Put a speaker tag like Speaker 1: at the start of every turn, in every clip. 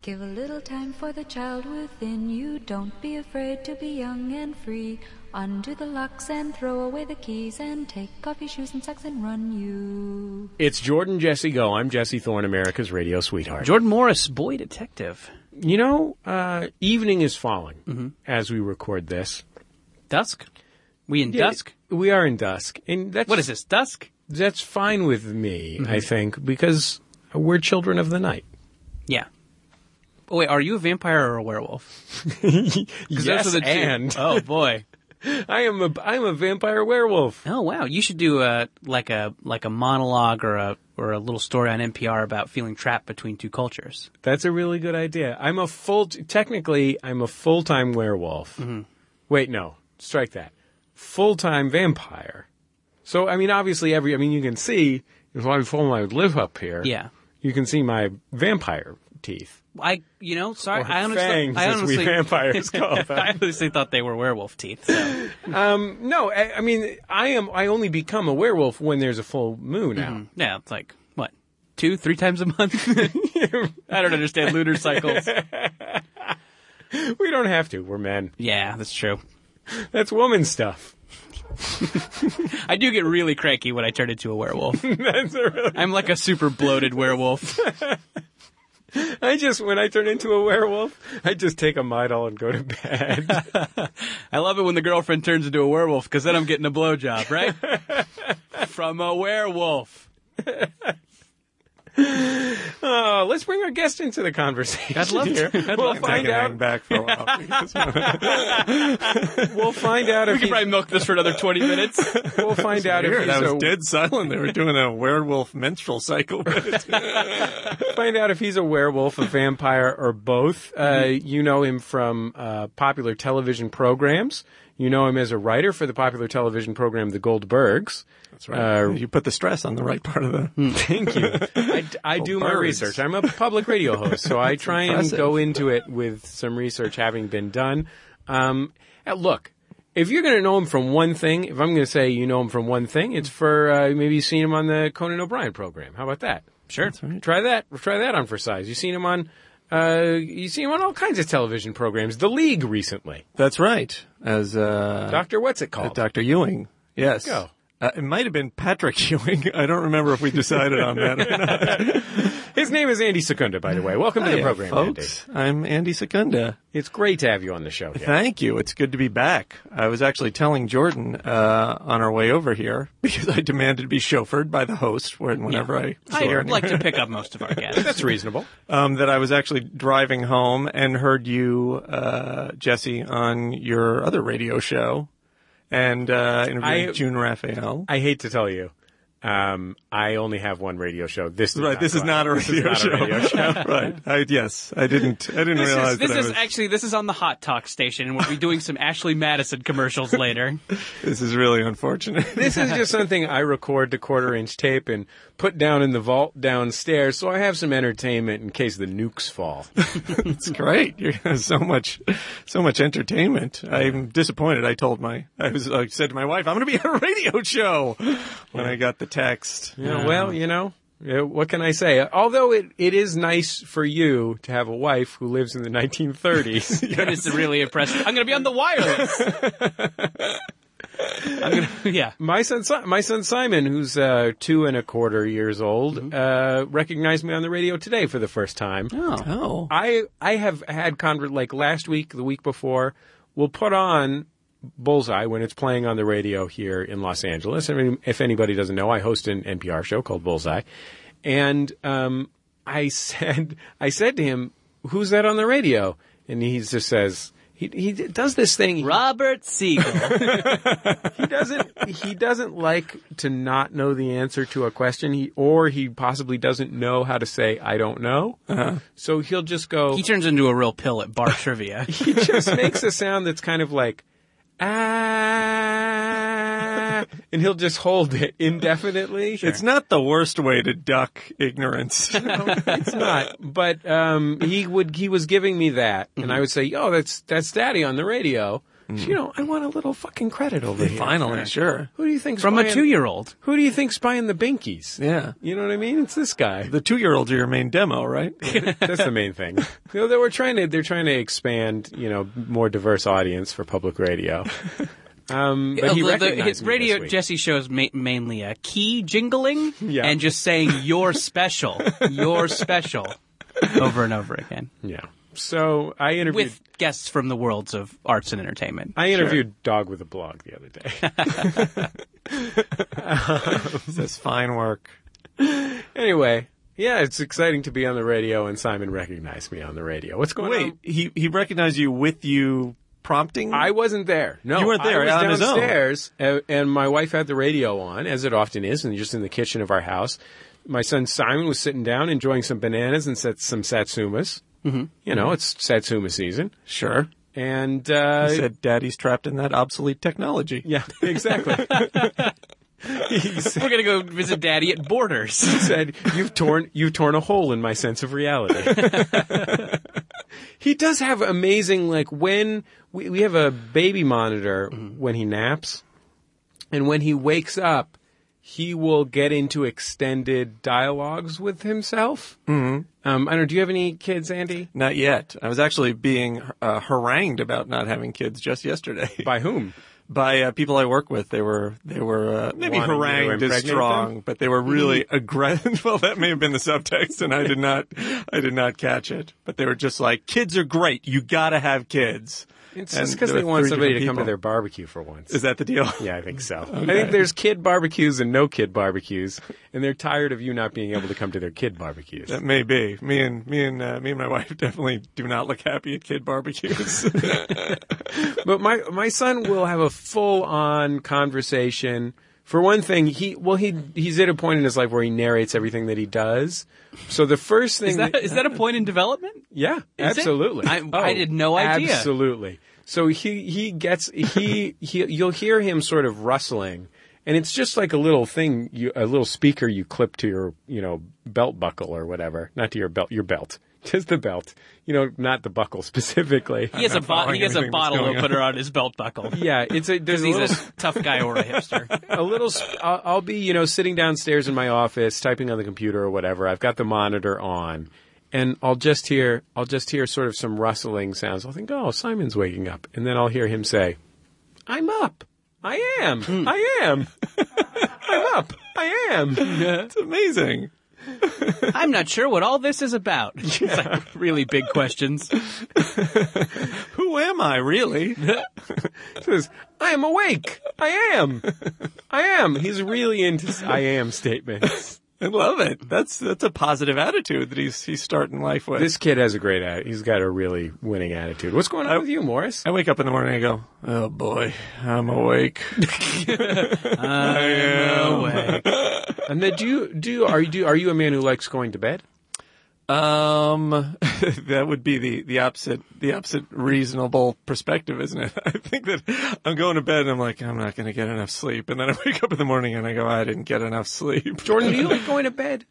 Speaker 1: Give a little time for the child within you. Don't be afraid to be young and free. Undo the locks and throw away the keys and take off your shoes and socks and run you.
Speaker 2: It's Jordan Jesse Go. I'm Jesse Thorne, America's radio sweetheart.
Speaker 3: Jordan Morris, boy detective.
Speaker 2: You know, uh, evening is falling
Speaker 3: Mm-hmm.
Speaker 2: as we record this.
Speaker 3: Dusk? We in dusk?
Speaker 2: We are in dusk, and that's
Speaker 3: What is Mm-hmm. this, dusk?
Speaker 2: That's fine with me, I think, because we're children of the night.
Speaker 3: Yeah. Oh, wait, are you a vampire or a werewolf? 'Cause those
Speaker 2: yes,
Speaker 3: are the two-
Speaker 2: and
Speaker 3: Oh, boy.
Speaker 2: I am a I am a vampire werewolf.
Speaker 3: Oh wow, you should do a like a like a monologue or a or a little story on NPR about feeling trapped between two cultures.
Speaker 2: That's a really good idea. I'm a full technically I'm a full time werewolf.
Speaker 3: Mm-hmm.
Speaker 2: Wait, no, strike that. Full time vampire. So I mean, obviously, every I mean, you can see if I'm full, I would live up here.
Speaker 3: Yeah,
Speaker 2: you can see my vampire teeth.
Speaker 3: I you know sorry,
Speaker 2: Or
Speaker 3: I honestly
Speaker 2: fangs,
Speaker 3: I
Speaker 2: as we
Speaker 3: honestly
Speaker 2: vampires call them.
Speaker 3: I honestly thought they were werewolf teeth. So.
Speaker 2: No, I, I mean, I am. I only become a werewolf when there's a full moon out.
Speaker 3: Yeah, it's like what two three times a month. I don't understand lunar cycles.
Speaker 2: We don't have to. We're men.
Speaker 3: Yeah, that's true.
Speaker 2: That's woman stuff.
Speaker 3: I do get really cranky when I turn into a werewolf.
Speaker 2: That's a really,
Speaker 3: I'm like a super bloated werewolf.
Speaker 2: I just when I turn into a werewolf, I just take a Midol and go to bed.
Speaker 3: I love it when the girlfriend turns into a werewolf because then I'm getting a blowjob, right? From a werewolf.
Speaker 2: Uh, let's bring our guest into the conversation.
Speaker 3: I'd love to.
Speaker 2: here.
Speaker 3: I'd
Speaker 2: we'll
Speaker 3: love to.
Speaker 2: find
Speaker 4: I can
Speaker 2: out.
Speaker 4: hang back for a while.
Speaker 2: We'll find out if
Speaker 3: We could
Speaker 2: he,
Speaker 3: probably milk this for another 20 minutes.
Speaker 2: we'll find out if
Speaker 4: Here,
Speaker 2: he's
Speaker 4: that was
Speaker 2: a,
Speaker 4: dead silent. They were doing a werewolf menstrual cycle.
Speaker 2: find out if he's a werewolf, a vampire, or both. Uh,
Speaker 4: Mm-hmm.
Speaker 2: you know him from uh, popular television programs. You know him as a writer for the popular television program The Goldbergs.
Speaker 4: That's right. Uh, Hmm. you put the stress on the right part of the.
Speaker 2: Thank you. I, I do my
Speaker 4: Oh, birds.
Speaker 2: research. I'm a public radio host, so I try and
Speaker 4: impressive.
Speaker 2: go into it with some research having been done. Um, uh, look, if you're going to know him from one thing, if I'm going to say you know him from one thing, it's for uh, maybe you've seen him on the Conan O'Brien program. How about that?
Speaker 3: Sure.
Speaker 2: Try that. Try that on for size. You've seen him on. Uh, you've seen him on all kinds of television programs. The League recently.
Speaker 4: That's right. As uh,
Speaker 2: Doctor, what's it
Speaker 4: uh,
Speaker 2: called?
Speaker 4: Dr. Ewing. Yes.
Speaker 2: Go.
Speaker 4: Uh, it might have been Patrick Ewing. I don't remember if we decided on that. Or not.
Speaker 2: His name is Andy Secunda, by the way. Welcome to the
Speaker 4: Hiya,
Speaker 2: program, Andy.
Speaker 4: folks. I'm Andy Secunda.
Speaker 2: It's great to have you on the show. Dan.
Speaker 4: Thank you. It's good to be back. I was actually telling Jordan uh, on our way over here because I demanded to be chauffeured by the host when, whenever I
Speaker 3: I
Speaker 4: swear.
Speaker 3: like to pick up most of our guests.
Speaker 2: That's reasonable.
Speaker 4: um, that I was actually driving home and heard you, uh, Jesse, on your other radio show and uh, interviewing
Speaker 2: I-
Speaker 4: June Raphael.
Speaker 2: I hate to tell you, um, I only have one radio show. This is
Speaker 4: right,
Speaker 2: not
Speaker 4: this is
Speaker 2: one.
Speaker 4: not a
Speaker 2: This
Speaker 4: radio
Speaker 2: is
Speaker 4: show.
Speaker 2: not a radio show.
Speaker 4: right. I, yes, I didn't. I didn't
Speaker 3: This
Speaker 4: realize
Speaker 3: is, this
Speaker 4: that I
Speaker 3: is
Speaker 4: was-
Speaker 3: actually this is on the Hot Talk station, and we'll be doing some Ashley Madison commercials later.
Speaker 4: this is really unfortunate.
Speaker 2: this is just something I record to quarter inch tape and put down in the vault downstairs, so I have some entertainment in case the nukes fall.
Speaker 4: It's great. You have so much, so much entertainment. I'm disappointed. I told my, I was, I said to my wife, I'm going to be at a radio show when I got the text.
Speaker 2: Yeah, well, you know, yeah, what can I say? Although it, it is nice for you to have a wife who lives in the 1930s.
Speaker 3: That is really impressive. I'm going to be on the wireless. I'm going to, yeah.
Speaker 2: My son, Si- my son Simon, who's uh, two and a quarter years old, uh, recognized me on the radio today for the first time.
Speaker 4: Mm-hmm. Oh,
Speaker 2: I I have had convert like last week, the week before. We'll put on Bullseye when it's playing on the radio here in Los Angeles. I mean, if anybody doesn't know, I host an NPR show called Bullseye, and um, I said I said to him, "Who's that on the radio?" And he just says. He, he does this thing.
Speaker 3: Robert Siegel.
Speaker 2: He doesn't. he doesn't like to not know the answer to a question. He or he possibly doesn't know how to say I don't know. So he'll just go.
Speaker 3: He turns into a real pill at bar trivia.
Speaker 2: he just makes a sound that's kind of like ah, and he'll just hold it indefinitely.
Speaker 4: it's not the worst way to duck ignorance.
Speaker 2: it's not,
Speaker 3: Mm-hmm.
Speaker 2: but um, he would he was giving me that, and I would say, "Oh, that's that's Daddy on the radio,"
Speaker 3: Mm.
Speaker 2: You know, I want a little fucking credit over here.
Speaker 4: Finally, sure.
Speaker 2: Who do you think's
Speaker 3: From a
Speaker 2: buying-
Speaker 3: two year old.
Speaker 2: Who do you think's buying the binkies?
Speaker 4: Yeah.
Speaker 2: You know what I mean? It's this guy.
Speaker 4: The two-year-olds are your main demo, right?
Speaker 2: That's the main thing. You know, they were trying to they're trying to expand, you know, more diverse audience for public radio. Um, but he recognized
Speaker 3: Oh, his
Speaker 2: me
Speaker 3: radio
Speaker 2: this week.
Speaker 3: Jesse shows ma- mainly a key jingling
Speaker 2: Yeah.
Speaker 3: and just saying "you're special, you're special" over and over again
Speaker 2: Yeah. So I interviewed
Speaker 3: with guests from the worlds of arts and entertainment.
Speaker 2: I interviewed Dog with a Blog the other day.
Speaker 4: That's fine work.
Speaker 2: anyway, yeah, it's exciting to be on the radio, and Simon recognized me on the radio. What's going
Speaker 4: Wait,
Speaker 2: on?
Speaker 4: he he recognized you with you prompting.
Speaker 2: um, I wasn't there. No,
Speaker 4: You weren't there,
Speaker 2: I was
Speaker 4: on his own.
Speaker 2: downstairs, and, and my wife had the radio on, as it often is, and just in the kitchen of our house. My son Simon was sitting down, enjoying some bananas and sat- some satsumas. Mm-hmm. You know, it's satsuma season,
Speaker 4: sure.
Speaker 2: and uh,
Speaker 4: He said, "Daddy's trapped in that obsolete technology."
Speaker 2: "Yeah, exactly." he said-
Speaker 3: We're gonna go visit Daddy at Borders.
Speaker 2: said, "You've torn you've torn a hole in my sense of reality." he does have amazing like when we, we have a baby monitor when he naps, and when he wakes up, he will get into extended dialogues with himself. Mm-hmm. Um, I don't. know, Do you have any kids, Andy?
Speaker 4: Not yet. I was actually being uh, harangued about not having kids just yesterday
Speaker 2: By whom?
Speaker 4: by uh, people I work with. They were they were uh, maybe
Speaker 2: Wanting you to
Speaker 4: harangued is
Speaker 2: impregnate
Speaker 4: strong, but they were really
Speaker 2: Mm-hmm.
Speaker 4: aggressive. well, that may have been the subtext, and I did not I did not catch it. But they were just like, "Kids are great. You got to have kids."
Speaker 2: It's
Speaker 4: And
Speaker 2: just because
Speaker 4: there were
Speaker 2: they want
Speaker 4: three
Speaker 2: somebody to
Speaker 4: different
Speaker 2: come to
Speaker 4: people.
Speaker 2: their barbecue for once.
Speaker 4: Is that the deal?
Speaker 2: Yeah, I think so. I think there's kid barbecues and no kid barbecues, and they're tired of you not being able to come to their kid barbecues.
Speaker 4: That may be. Me and me and uh, me and my wife definitely do not look happy at kid barbecues.
Speaker 2: But my my son will have a full on conversation. For one thing, he well he he's at a point in his life where he narrates everything that he does. So the first thing
Speaker 3: Is that is that a point in development?
Speaker 2: yeah,
Speaker 3: Is it?
Speaker 2: absolutely. Oh,
Speaker 3: I- I had no idea.
Speaker 2: Absolutely. So he he gets he he you'll hear him sort of rustling, and it's just like a little thing, you, a little speaker you clip to your you know belt buckle or whatever, not to your belt, your belt, just the belt, you know, not the buckle specifically.
Speaker 3: He has a bo-
Speaker 4: following
Speaker 3: he has a
Speaker 4: anything that's
Speaker 3: bottle
Speaker 4: going on.
Speaker 3: opener on his belt buckle.
Speaker 2: Yeah, it's a there's a
Speaker 3: He's
Speaker 2: little
Speaker 3: a tough guy or a hipster.
Speaker 2: a little. Sp- I'll, I'll be, you know, sitting downstairs in my office, typing on the computer or whatever. I've got the monitor on, and I'll just hear, I'll just hear sort of some rustling sounds. I'll think, oh, Simon's waking up, and then I'll hear him say, "I'm up. I am. I am. I'm up. I am."
Speaker 4: it's amazing.
Speaker 3: I'm not sure what all this is about. It's like really big questions.
Speaker 4: Who am I really?
Speaker 2: He says, "I am awake. I am. I am." He's really into s- "I am" statements.
Speaker 4: I love it. That's that's a positive attitude that he's he's starting life with.
Speaker 2: This kid has a great attitude. He's got a really winning attitude. What's going on with you, Morris?
Speaker 4: I wake up in the morning and go, oh boy, I'm awake.
Speaker 3: No way.
Speaker 2: And then do you do you- are you do, are you a man who likes going to bed?
Speaker 4: Um, that would be the, the opposite, the opposite reasonable perspective, isn't it? I think that I'm going to bed and I'm like, I'm not going to get enough sleep. And then I wake up in the morning and I go, I didn't get enough sleep.
Speaker 2: Jordan, do you like going to bed?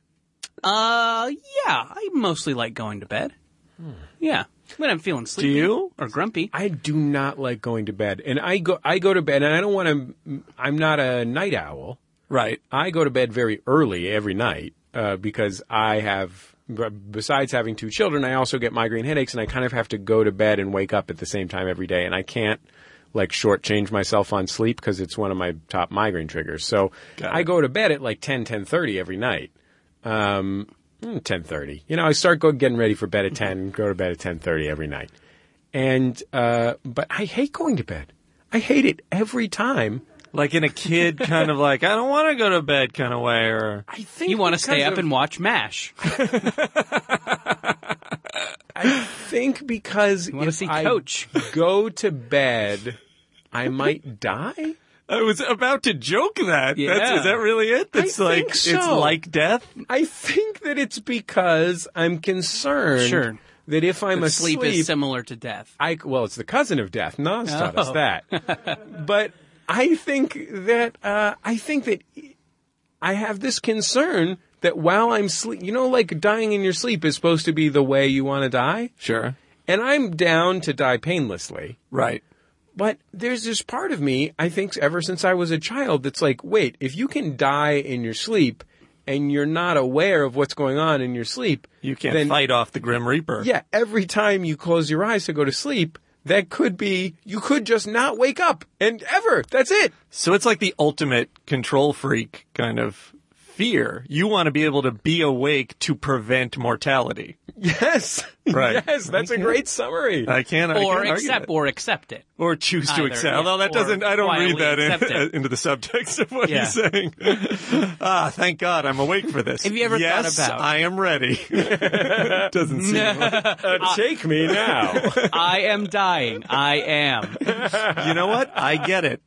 Speaker 3: Uh, yeah, I mostly like going to bed. Yeah, when I'm feeling sleepy
Speaker 4: you?
Speaker 3: or grumpy.
Speaker 2: I do not like going to bed, and I go I go to bed, and I don't want to. I'm not a night owl.
Speaker 4: Right.
Speaker 2: I go to bed very early every night uh, because I have. b- Besides having two children, I also get migraine headaches, and I kind of have to go to bed and wake up at the same time every day, and I can't like shortchange myself on sleep because it's one of my top migraine triggers. So
Speaker 4: Got it.
Speaker 2: I go to bed at like 10, 10.30 every night. um, ten thirty. You know, I start go, getting ready for bed
Speaker 4: Mm-hmm.
Speaker 2: at ten. Go to bed at ten thirty every night. And uh, but I hate going to bed. I hate it every time.
Speaker 4: Like in a kid kind of like, I don't want to go to bed kind of way or
Speaker 2: I think
Speaker 3: You want to stay
Speaker 2: because
Speaker 3: up
Speaker 2: of-
Speaker 3: and watch MASH.
Speaker 2: I think because
Speaker 3: wanna
Speaker 2: if
Speaker 3: see
Speaker 2: I
Speaker 3: Coach.
Speaker 2: go to bed, I might die.
Speaker 4: I was about to joke that.
Speaker 3: Yeah.
Speaker 4: That's, is that really it? That's
Speaker 2: I
Speaker 4: like,
Speaker 2: think so.
Speaker 4: it's like death.
Speaker 2: I think that it's because I'm concerned
Speaker 3: Sure.
Speaker 2: that if I'm
Speaker 3: Sleep
Speaker 2: asleep,
Speaker 3: is Oh. similar to death.
Speaker 2: I well, it's the cousin of death. Nas taught us that. but I think that uh, I think that I have this concern that while I'm sleep, you know, like dying in your sleep is supposed to be the way you want to die,
Speaker 4: Sure.
Speaker 2: and I'm down to die painlessly.
Speaker 4: Right.
Speaker 2: But there's this part of me, I think, ever since I was a child, that's like, wait, if you can die in your sleep and you're not aware of what's going on in your sleep,
Speaker 4: You can't
Speaker 2: then-
Speaker 4: fight off the Grim Reaper.
Speaker 2: Yeah, every time you close your eyes to go to sleep, that could be, you could just not wake up and ever. That's it.
Speaker 4: So it's like the ultimate control freak kind of fear. You want to be able to be awake to prevent mortality.
Speaker 2: Yes.
Speaker 4: Right. Uh,
Speaker 2: Yes, that's a great summary.
Speaker 4: I can't I
Speaker 3: or
Speaker 4: can't argue
Speaker 3: accept
Speaker 4: that.
Speaker 3: or accept it.
Speaker 4: or choose to
Speaker 3: Either,
Speaker 4: accept.
Speaker 3: yeah,
Speaker 4: Although that
Speaker 3: or
Speaker 4: doesn't, I don't read
Speaker 3: quietly
Speaker 4: that
Speaker 3: accept
Speaker 4: in,
Speaker 3: it.
Speaker 4: into the subtext of what
Speaker 3: Yeah.
Speaker 4: he's saying. ah, thank God, I'm awake for this.
Speaker 3: Have you ever thought
Speaker 4: yes,
Speaker 3: about-
Speaker 4: I am ready. doesn't seem. like-
Speaker 2: Uh, shake me now.
Speaker 3: I am dying. I am.
Speaker 4: you know what? I get it.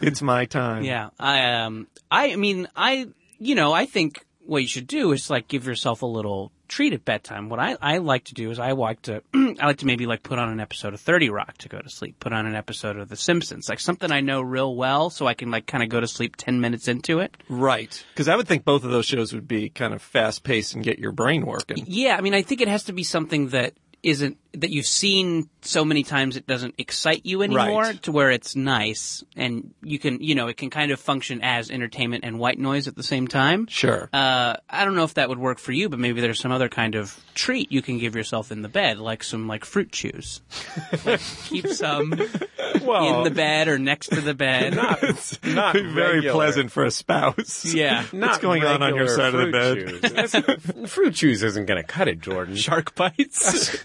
Speaker 4: It's my time.
Speaker 3: Yeah. I um I mean I you know, I think what you should do is like give yourself a little treat at bedtime. What I, I like to do is I like to I like to maybe like put on an episode of 30 Rock to go to sleep, put on an episode of The Simpsons, like something I know real well so I can like kind of go to sleep 10 minutes into it.
Speaker 4: Right. Because I would think both of those shows would be kind of fast paced and get your brain working.
Speaker 3: Yeah, I mean I think it has to be something that isn't that you've seen so many times it doesn't excite you anymore
Speaker 4: Right.
Speaker 3: to where it's nice and you can you know it can kind of function as entertainment and white noise at the same time.
Speaker 4: Sure.
Speaker 3: uh, I don't know if that would work for you, but maybe there's some other kind of treat you can give yourself in the bed, like some like fruit chews. Like, keep some
Speaker 2: Well,
Speaker 3: in
Speaker 4: Oh.
Speaker 3: the bed or next to the bed.
Speaker 2: not
Speaker 4: Very
Speaker 2: regular.
Speaker 4: pleasant for a spouse.
Speaker 3: yeah.
Speaker 2: Not
Speaker 4: What's going on on your
Speaker 2: regular
Speaker 4: side of the
Speaker 2: fruit juice. That's- fruit juice isn't going to cut it, Jordan.
Speaker 4: Shark bites.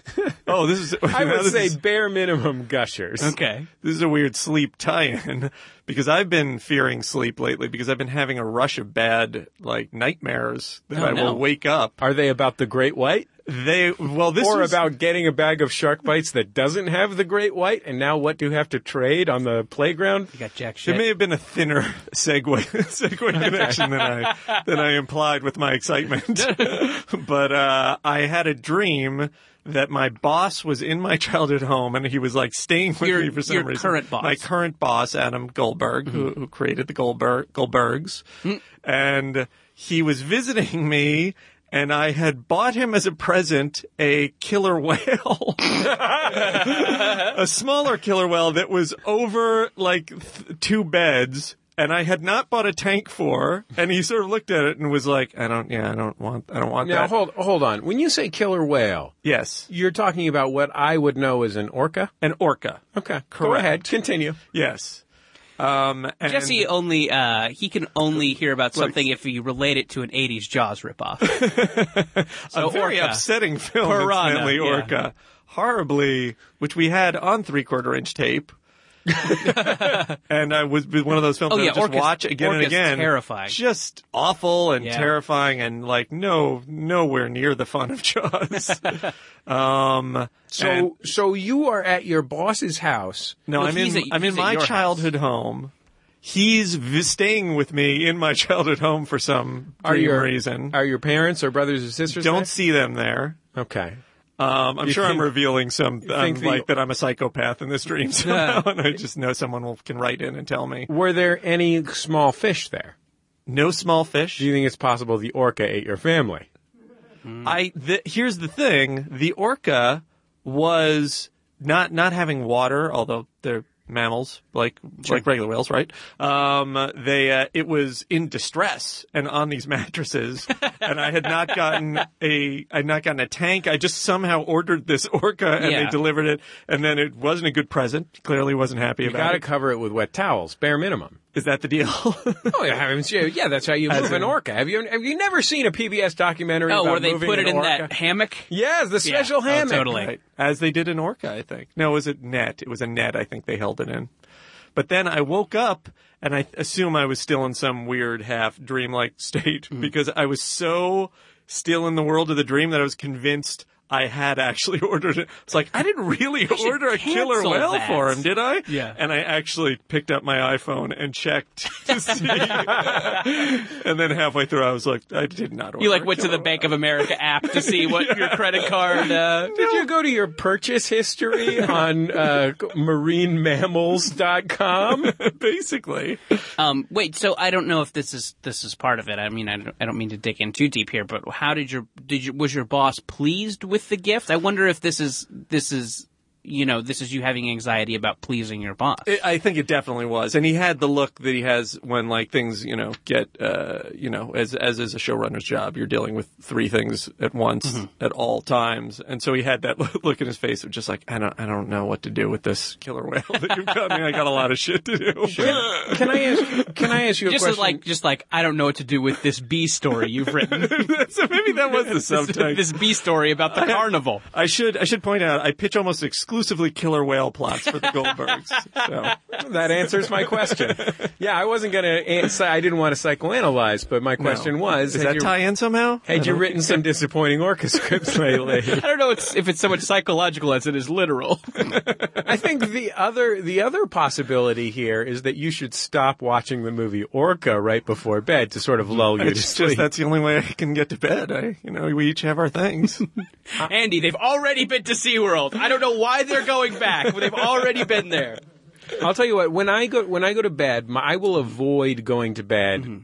Speaker 4: oh, this is.
Speaker 2: I
Speaker 4: now
Speaker 2: would
Speaker 4: this
Speaker 2: say
Speaker 4: is-
Speaker 2: bare minimum gushers.
Speaker 3: Okay.
Speaker 4: This is a weird sleep tie-in because I've been fearing sleep lately because I've been having a rush of bad like nightmares that
Speaker 3: Oh,
Speaker 4: I
Speaker 3: no.
Speaker 4: will wake up.
Speaker 2: Are they about the great white?
Speaker 4: They well this
Speaker 2: or
Speaker 4: is,
Speaker 2: about getting a bag of shark bites that doesn't have the great white and now what do you have to trade on the playground?
Speaker 3: You got jack
Speaker 4: there
Speaker 3: shit.
Speaker 4: may have been a thinner segue segue connection than I than I implied with my excitement, but uh, I had a dream that my boss was in my childhood home and he was like staying with
Speaker 3: Your-
Speaker 4: me for some
Speaker 3: your
Speaker 4: reason.
Speaker 3: current boss. Mm-hmm.
Speaker 4: my current boss, Adam Goldberg, who, who created the Goldberg Goldbergs,
Speaker 3: Mm.
Speaker 4: and he was visiting me. And I had bought him as a present a killer whale, a smaller killer whale that was over like th- two beds, and I had not bought a tank for. And he sort of looked at it and was like, "I don't, yeah, I don't want, I don't want
Speaker 2: Now
Speaker 4: that."
Speaker 2: hold hold on. When you say killer whale,
Speaker 4: yes,
Speaker 2: you're talking about what I would know as an orca?
Speaker 4: an orca.
Speaker 2: Okay. Go
Speaker 4: Correct.
Speaker 2: ahead. Continue.
Speaker 4: Yes. Um, and
Speaker 3: Jesse only uh, he can only hear about something if you relate it to an '80s Jaws ripoff. so
Speaker 4: a very
Speaker 3: Orca.
Speaker 4: upsetting film,
Speaker 3: Piranha,
Speaker 4: incidentally,
Speaker 3: yeah.
Speaker 4: Orca. Horribly, which we had on three quarter inch tape. and I was was one of those films
Speaker 3: Oh,
Speaker 4: that I
Speaker 3: yeah,
Speaker 4: would just
Speaker 3: Orca's-
Speaker 4: watch again and
Speaker 3: Orca's
Speaker 4: again.
Speaker 3: terrifying.
Speaker 4: Just awful and
Speaker 3: Yeah.
Speaker 4: terrifying and like no nowhere near the fun of Jaws. um
Speaker 2: So
Speaker 4: and-
Speaker 2: so you are at your boss's house.
Speaker 4: no,
Speaker 3: Well,
Speaker 4: I'm
Speaker 3: he's
Speaker 4: in
Speaker 3: at-
Speaker 4: I'm in
Speaker 3: he's at
Speaker 4: my
Speaker 3: your house.
Speaker 4: childhood home. He's v- staying with me in my childhood home for some
Speaker 2: Are
Speaker 4: dream
Speaker 2: your
Speaker 4: reason.
Speaker 2: are your parents or brothers or sisters?
Speaker 4: Don't see them there.
Speaker 2: there? okay.
Speaker 4: Um, I'm sure I'm
Speaker 2: think-
Speaker 4: revealing some um,
Speaker 2: think the-
Speaker 4: like that I'm a psychopath in this dream somehow, and I just know someone will, can write in and tell me.
Speaker 2: Were there any small fish there?
Speaker 4: No small fish.
Speaker 2: Do you think it's possible the orca ate your family?
Speaker 4: I th- here's the thing: the orca was not not having water, although they're mammals like like regular whales, right? Um, they uh, it was in distress and on these mattresses, and I had not gotten a I had not gotten a tank. I just somehow ordered this orca, and
Speaker 3: Yeah.
Speaker 4: they delivered it, and then it wasn't a good present. Clearly, wasn't happy
Speaker 2: You
Speaker 4: about
Speaker 2: got to
Speaker 4: it.
Speaker 2: cover it with wet towels, bare minimum.
Speaker 4: Is that the deal?
Speaker 2: Oh, yeah, I mean, yeah, yeah, that's how you move
Speaker 4: in-
Speaker 2: an orca. Have you have you never seen a PBS documentary?
Speaker 3: Oh,
Speaker 2: about
Speaker 3: where they
Speaker 2: moving
Speaker 3: put
Speaker 2: an
Speaker 3: it in
Speaker 2: orca?
Speaker 3: that hammock?
Speaker 2: Yes, the
Speaker 3: Yeah.
Speaker 2: special hammock.
Speaker 3: Oh, totally.
Speaker 4: Right. As they did in Orca, I think. No, it was a net. It was a net, I think they held it in. But then I woke up and I assume I was still in some weird half dreamlike state
Speaker 3: Hmm.
Speaker 4: because I was so still in the world of the dream that I was convinced I had actually ordered it. It's like, I didn't really
Speaker 3: should
Speaker 4: order a killer
Speaker 3: cancel
Speaker 4: whale
Speaker 3: that.
Speaker 4: for him, did I?
Speaker 3: Yeah.
Speaker 4: And I actually picked up my iPhone and checked to see. and then halfway through, I was like, I did not order
Speaker 3: You like
Speaker 4: a
Speaker 3: went to
Speaker 4: killer
Speaker 3: the Bank of America app to see what your credit card. Uh,
Speaker 2: Did you go to your purchase history on uh, marinemammals.com?
Speaker 4: whale. Basically.
Speaker 3: Um, wait, so I don't know if this is this is part of it. I mean, I don't, I don't mean to dig in too deep here, but how did your did your was your boss pleased with the gift? I wonder if this is this is you know, this is you having anxiety about pleasing your boss.
Speaker 4: It- I think it definitely was, and he had the look that he has when like things you know get uh, you know as as is a showrunner's job. You're dealing with three things at once
Speaker 2: Mm-hmm.
Speaker 4: at all times, and so he had that look in his face of just like I don't I don't know what to do with this killer whale that you've got me. I got a lot of shit to do.
Speaker 2: Can I ask? Can I ask you a
Speaker 3: just as
Speaker 2: question?
Speaker 3: like, just like, I don't know what to do with this B story you've written.
Speaker 4: so maybe that was the subtext.
Speaker 3: this B story about the carnival.
Speaker 4: I should I should point out I pitch almost exclusively killer whale plots for the Goldbergs. So.
Speaker 2: that answers my question. Yeah, I wasn't gonna. Answer, I didn't want to psychoanalyze, but my question was:
Speaker 4: Does
Speaker 2: had
Speaker 4: that
Speaker 2: you,
Speaker 4: tie in somehow?
Speaker 2: had you written some disappointing orca scripts lately?
Speaker 3: I don't know it's, if it's so much psychological as it is literal.
Speaker 2: I think the other the other possibility here is that you should stop watching the movie Orca right before bed to sort of lull you to
Speaker 4: It's
Speaker 2: sleep.
Speaker 4: just that's the only way I can get to bed. I, you know, we each have our things.
Speaker 3: Andy, they've already been to SeaWorld. I don't know why they're going back. They've already been there.
Speaker 2: I'll tell you what. When I go when I go to bed, my, I will avoid going to bed
Speaker 4: Mm-hmm.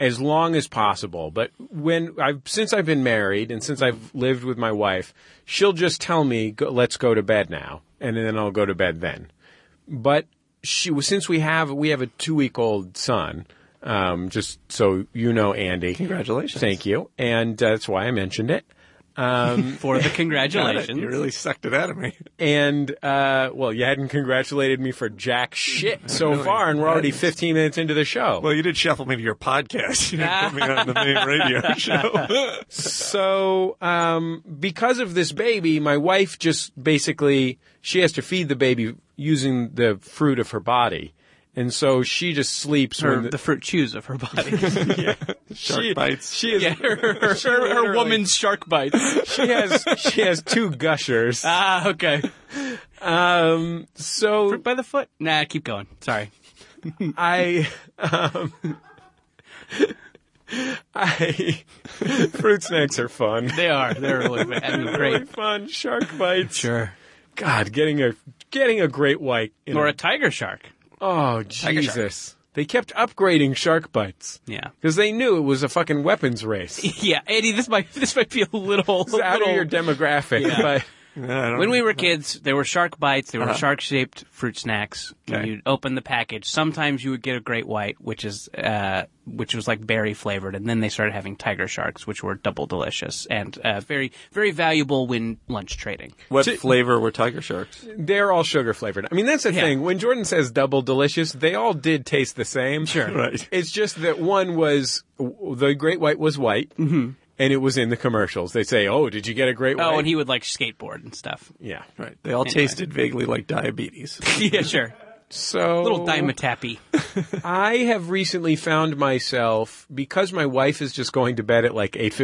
Speaker 2: as long as possible. But when I've since I've been married and since I've lived with my wife, she'll just tell me, go, "Let's go to bed now," and then I'll go to bed then. But she since we have we have a two week old son. Um, just so you know, Andy.
Speaker 4: Congratulations.
Speaker 2: Thank you, and uh, that's why I mentioned it. Um,
Speaker 3: For the
Speaker 4: God,
Speaker 3: congratulations.
Speaker 4: You really sucked it out of me.
Speaker 2: and uh, well, you hadn't congratulated me for jack shit so far, and we're already 15 minutes into the show.
Speaker 4: Well, you did shuffle me to your podcast. You didn't put me on the main radio show.
Speaker 2: so um, because of this baby, my wife just basically she has to feed the baby using the fruit of her body, and so she just sleeps
Speaker 3: Her-
Speaker 2: when the,
Speaker 3: the fruit chews of her body.
Speaker 4: Shark
Speaker 2: she,
Speaker 4: bites.
Speaker 2: She is.
Speaker 3: yeah, her, her, her, her woman's shark bites.
Speaker 2: She has. She has two gushers.
Speaker 3: Ah, okay.
Speaker 2: Um. So
Speaker 3: By the foot. Nah, keep going. Sorry.
Speaker 2: I. Um, I. Fruit snacks are fun.
Speaker 3: They are. They're really bad. I mean,
Speaker 2: Really
Speaker 3: great.
Speaker 2: fun shark bites.
Speaker 3: Sure.
Speaker 2: God, getting a getting a great white. in
Speaker 3: Or
Speaker 2: a-
Speaker 3: a tiger shark.
Speaker 2: Oh
Speaker 3: shark.
Speaker 2: Jesus! They kept upgrading shark bites
Speaker 3: Yeah.
Speaker 2: because they knew it was a fucking weapons race.
Speaker 3: Yeah, Andy, this might this might be a little,
Speaker 2: It's out of
Speaker 3: little-
Speaker 2: your demographic,
Speaker 3: Yeah.
Speaker 2: but
Speaker 4: Yeah, I don't
Speaker 3: When
Speaker 4: know.
Speaker 3: we were kids, there were shark bites. There were shark-shaped fruit snacks. And
Speaker 4: Okay.
Speaker 3: You'd open the package. Sometimes you would get a great white, which is uh, which was like berry flavored, and then they started having tiger sharks, which were double delicious and uh, very very valuable when lunch trading.
Speaker 4: what flavor were tiger sharks?
Speaker 2: they're all sugar flavored. I mean, that's the
Speaker 3: Yeah.
Speaker 2: thing. When Jordan says double delicious, they all did taste the same. Sure,
Speaker 4: Right.
Speaker 2: It's just that one was the great white was white, and it was in the commercials. They say, "Oh, did you get a great white?"
Speaker 3: Mm-hmm. Oh, and he would like skateboard and stuff.
Speaker 2: yeah.
Speaker 4: Right. They all tasted vaguely like diabetes.
Speaker 3: yeah, sure.
Speaker 2: So
Speaker 3: Little dimetappy.
Speaker 2: I have recently found myself because my wife is just going to bed at like eight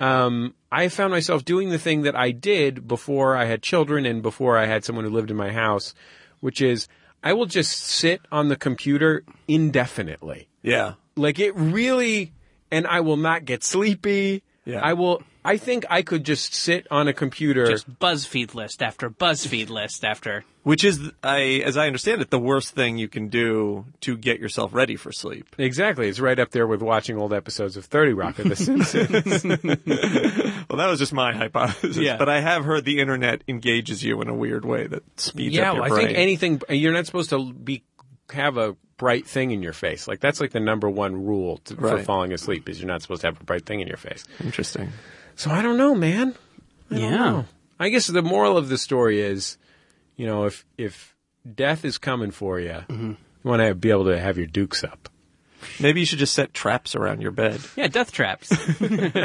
Speaker 2: Um, I found myself doing the thing that I did before I had children and before I had someone who lived in my house, which is I will just sit on the computer indefinitely.
Speaker 4: Yeah.
Speaker 2: Like it really, and I will not get sleepy.
Speaker 4: Yeah.
Speaker 2: I will. I think I could just sit on a computer.
Speaker 3: Just BuzzFeed list after BuzzFeed list after.
Speaker 4: Which is, I as I understand it, the worst thing you can do to get yourself ready for sleep.
Speaker 2: exactly, it's right up there with watching old episodes of Thirty Rock or The Simpsons.
Speaker 4: Well, that was just my hypothesis.
Speaker 3: Yeah.
Speaker 4: But I have heard the internet engages you in a weird way that speeds
Speaker 2: Yeah,
Speaker 4: up your
Speaker 2: well, I
Speaker 4: brain.
Speaker 2: think anything you're not supposed to be have a bright thing in your face. Like that's like the number one rule to, for
Speaker 4: Right.
Speaker 2: falling asleep is you're not supposed to have a bright thing in your face.
Speaker 4: Interesting.
Speaker 2: So I don't know, man.
Speaker 3: Yeah.
Speaker 2: Oh. I guess the moral of the story is, you know, if if death is coming for you, you want to be able to have your dukes up.
Speaker 4: Maybe you should just set traps around your bed.
Speaker 3: Yeah, death traps.
Speaker 4: It'd be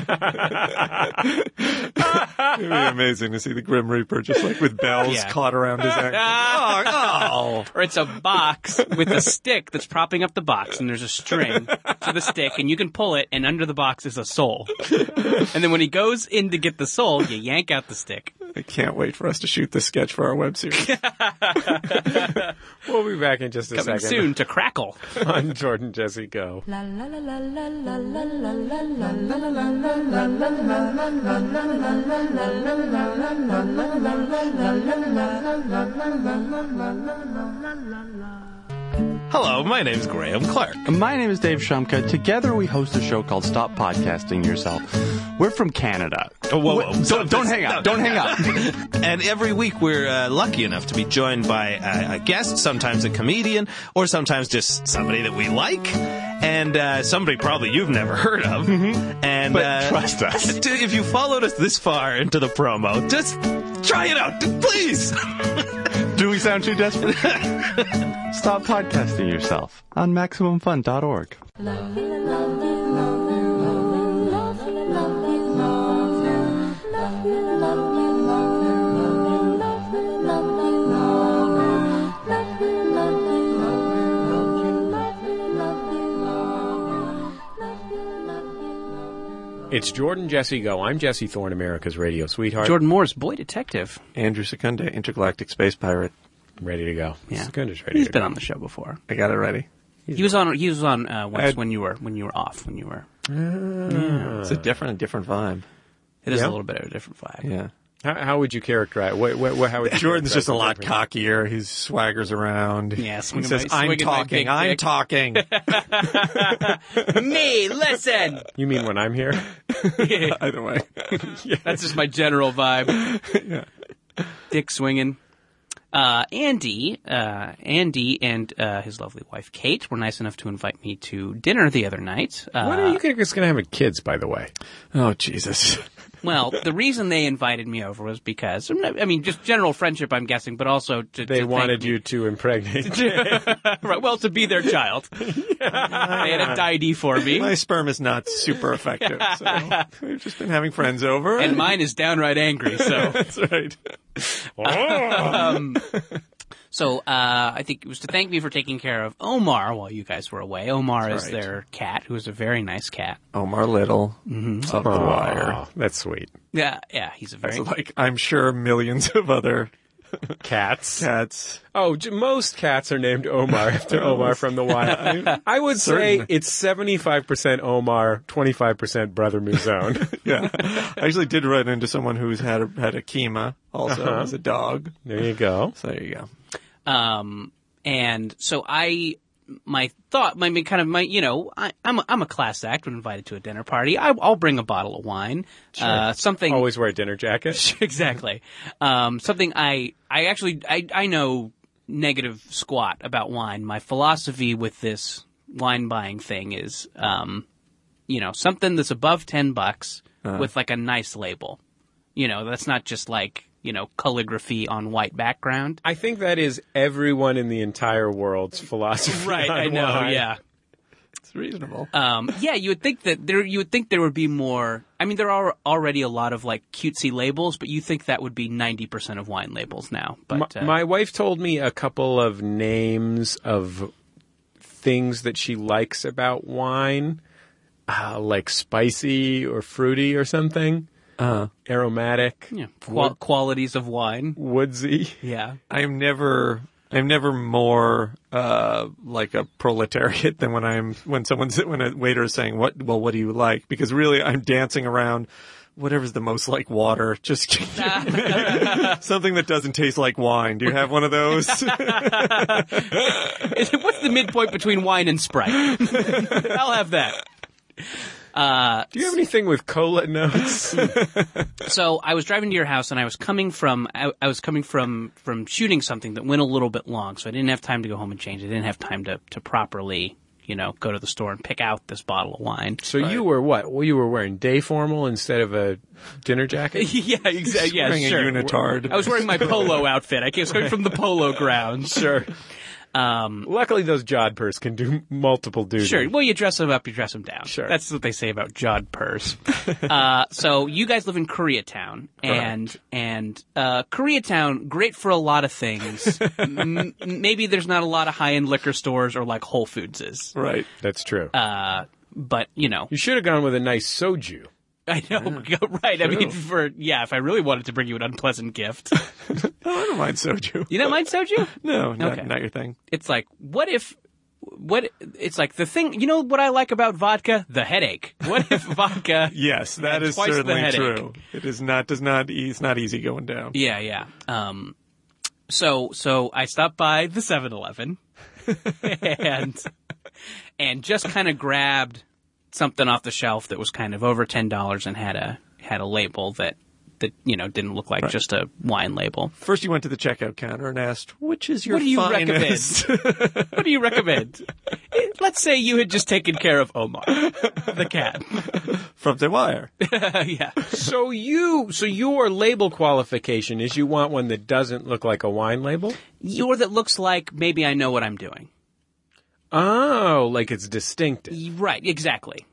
Speaker 4: amazing to see the Grim Reaper just like with bells
Speaker 3: Yeah.
Speaker 4: caught around his ankle. oh,
Speaker 3: or it's a box with a stick that's propping up the box, and there's a string to the stick, and you can pull it, and under the box is a soul. And then when he goes in to get the soul, you yank out the stick.
Speaker 4: oh. I can't wait for us to shoot this sketch for our web series.
Speaker 2: We'll be back in just a second
Speaker 3: Coming soon to Crackle.
Speaker 2: on Jordan Jesse Go.
Speaker 1: La la la la la la la la la la.
Speaker 5: Hello, my name's Graham Clark.
Speaker 6: My name is Dave Shumka. Together we host a show called Stop Podcasting Yourself. We're from Canada.
Speaker 5: Oh, whoa, whoa.
Speaker 6: Wait,
Speaker 5: So
Speaker 6: Don't, don't
Speaker 5: this-
Speaker 6: hang up.
Speaker 5: no,
Speaker 6: Don't hang up.
Speaker 5: and every week we're uh, lucky enough to be joined by a, a guest, sometimes a comedian, or sometimes just somebody that we like, and uh, somebody probably you've never heard of. And
Speaker 6: Mm-hmm. But
Speaker 5: uh,
Speaker 6: trust us.
Speaker 5: d- if you followed us this far into the promo, just try it out, d- please.
Speaker 6: Do we sound too desperate? Stop Podcasting Yourself on MaximumFun.org.
Speaker 1: Love you, love you, love you, love you, love you, love you, love you, love you, love you, love you, love you, love you, love you, love you, love you, love you, love you, love you, love you.
Speaker 2: It's Jordan Jesse Go. I'm Jesse Thorne, America's radio sweetheart.
Speaker 3: Jordan Moore's boy detective.
Speaker 4: Andrew Secunda, intergalactic space pirate.
Speaker 2: ready to go.
Speaker 3: Yeah,
Speaker 2: Secunda's ready
Speaker 3: he's
Speaker 2: to
Speaker 3: been
Speaker 2: go.
Speaker 3: on the show before.
Speaker 4: I got it ready.
Speaker 3: He was on. He was on uh, once
Speaker 4: I'd-
Speaker 3: when you were when you were off. When you were,
Speaker 4: It's a different, different vibe.
Speaker 3: it is
Speaker 2: Yeah?
Speaker 3: a little bit of a different vibe.
Speaker 4: Yeah.
Speaker 2: How, how would you characterize? What, what, what, how would you
Speaker 4: Jordan's
Speaker 2: characterize
Speaker 4: just a
Speaker 2: the
Speaker 4: lot
Speaker 2: difference?
Speaker 4: cockier. He swaggers around.
Speaker 3: Yeah,
Speaker 4: he
Speaker 3: swinging
Speaker 4: says,
Speaker 3: my-
Speaker 4: "I'm
Speaker 3: swinging my
Speaker 4: talking.
Speaker 3: big
Speaker 4: I'm
Speaker 3: dick."
Speaker 4: talking."
Speaker 3: Me, listen.
Speaker 2: You mean when I'm here?
Speaker 4: Either way,
Speaker 3: That's just my general vibe. Dick swinging. Uh, Andy, uh, Andy, and uh, his lovely wife Kate were nice enough to invite me to dinner the other night. Uh,
Speaker 2: when are you guys going to have kids? By the way,
Speaker 4: oh Jesus!
Speaker 3: Well, the reason they invited me over was because I mean, just general friendship, I'm guessing, but also to, to
Speaker 2: they
Speaker 3: thank
Speaker 2: wanted
Speaker 3: me.
Speaker 2: you to impregnate.
Speaker 3: right, well, to be their child. They had a ID for
Speaker 4: My
Speaker 3: me,
Speaker 4: sperm is not super effective. So we've just been having friends over.
Speaker 3: and mine is downright angry. So,
Speaker 4: That's right.
Speaker 2: Oh,
Speaker 3: so uh, I think it was to thank me for taking care of Omar while you guys were away. Omar is
Speaker 4: right.
Speaker 3: their cat, who is a very nice cat.
Speaker 4: Omar Little
Speaker 3: Mm-hmm.
Speaker 4: of the Wire.
Speaker 2: Aw, that's sweet.
Speaker 3: Yeah, yeah, he's a very
Speaker 4: So, like I'm sure millions of other
Speaker 2: Cats.
Speaker 4: cats.
Speaker 2: Oh, j- most cats are named Omar after Omar from The Wire. I would say
Speaker 4: Certain.
Speaker 2: it's 75% Omar, 25% Brother Muzone.
Speaker 4: Yeah, I actually did run into someone who's had a, had a Kima also
Speaker 3: Uh-huh.
Speaker 4: as a dog.
Speaker 2: there you go.
Speaker 4: So there you go.
Speaker 3: Um, and so I, my thought, my, my kind of my, you know, I, I'm a, I'm a class act when invited to a dinner party. I, I'll bring a bottle of wine, uh, something
Speaker 2: Always wear a dinner jacket.
Speaker 3: exactly, um, something I I actually I I know negative squat about wine. My philosophy with this wine buying thing is, um, you know, something that's above ten bucks
Speaker 2: Uh-huh.
Speaker 3: with like a nice label. You know, that's not just like you know calligraphy on white background.
Speaker 2: I think that is everyone in the entire world's philosophy.
Speaker 3: Right,
Speaker 2: on
Speaker 3: I know.
Speaker 2: wine.
Speaker 3: Yeah,
Speaker 4: It's reasonable.
Speaker 3: um, yeah. You would think that there, you would think there would be more. I mean, there are already a lot of like cutesy labels, but you think that would be ninety percent of wine labels now. But
Speaker 2: my,
Speaker 3: uh,
Speaker 2: my wife told me a couple of names of things that she likes about wine, uh, like spicy or fruity or something, Uh-huh. aromatic,
Speaker 3: yeah, qua- qualities of wine.
Speaker 2: woodsy.
Speaker 3: Yeah,
Speaker 4: I'm never I'm never more uh, like a proletariat than when I'm when someone's when a waiter is saying what well what do you like because really I'm dancing around whatever's the most like water just something that doesn't taste like wine do you have one of those
Speaker 3: what's the midpoint between wine and Sprite? I'll have that.
Speaker 2: Do you have anything with cola notes?
Speaker 3: So I was driving to your house, and I was coming from I, I was coming from from shooting something that went a little bit long, so I didn't have time to go home and change. I didn't have time to to properly. You know, go to the store and pick out this bottle of wine.
Speaker 2: so you were what? Well, you were wearing day formal instead of a dinner jacket.
Speaker 3: yeah, exactly. Yeah,
Speaker 4: Wearing a
Speaker 3: sure.
Speaker 4: unitard.
Speaker 3: I was wearing my polo outfit. I came coming from the polo grounds.
Speaker 2: sure. Um, Luckily, those jodhpurs can do multiple duties.
Speaker 3: Sure. Well, you dress them up, you dress them down.
Speaker 2: Sure.
Speaker 3: That's what they say about jodhpurs. uh, so you guys live in Koreatown, and and uh, Koreatown great for a lot of things. M- maybe there's not a lot of high end liquor stores or like Whole Foods is,
Speaker 4: right
Speaker 2: That's true.
Speaker 3: but you know,
Speaker 2: you should have gone with a nice soju.
Speaker 3: I know, right? I mean, for yeah, if I really wanted to bring you an unpleasant gift,
Speaker 4: I don't mind soju
Speaker 3: you don't mind soju?
Speaker 4: no not,
Speaker 3: Okay.
Speaker 4: not your thing
Speaker 3: it's like what if what it's like the thing you know what i like about vodka the headache what if vodka
Speaker 4: yes that is
Speaker 3: twice the
Speaker 4: certainly
Speaker 3: headache. E
Speaker 4: true it is not does not e- it's not easy going down
Speaker 3: yeah yeah um so so i stopped by the 7-eleven and and just kind of grabbed something off the shelf that was kind of over ten dollars and had a had a label that that you know didn't look like just a wine label.
Speaker 4: First, you went to the checkout counter and asked, "Which is your
Speaker 3: What do you
Speaker 4: finest?"
Speaker 3: What do you recommend? Eh, Let's say you had just taken care of Omar, the cat.
Speaker 4: from the wire?
Speaker 3: yeah.
Speaker 2: So you, so your label qualification is you want one that doesn't look like a wine label.
Speaker 3: Or that looks like maybe I know what I'm doing.
Speaker 2: Oh, like it's distinctive.
Speaker 3: Right, exactly.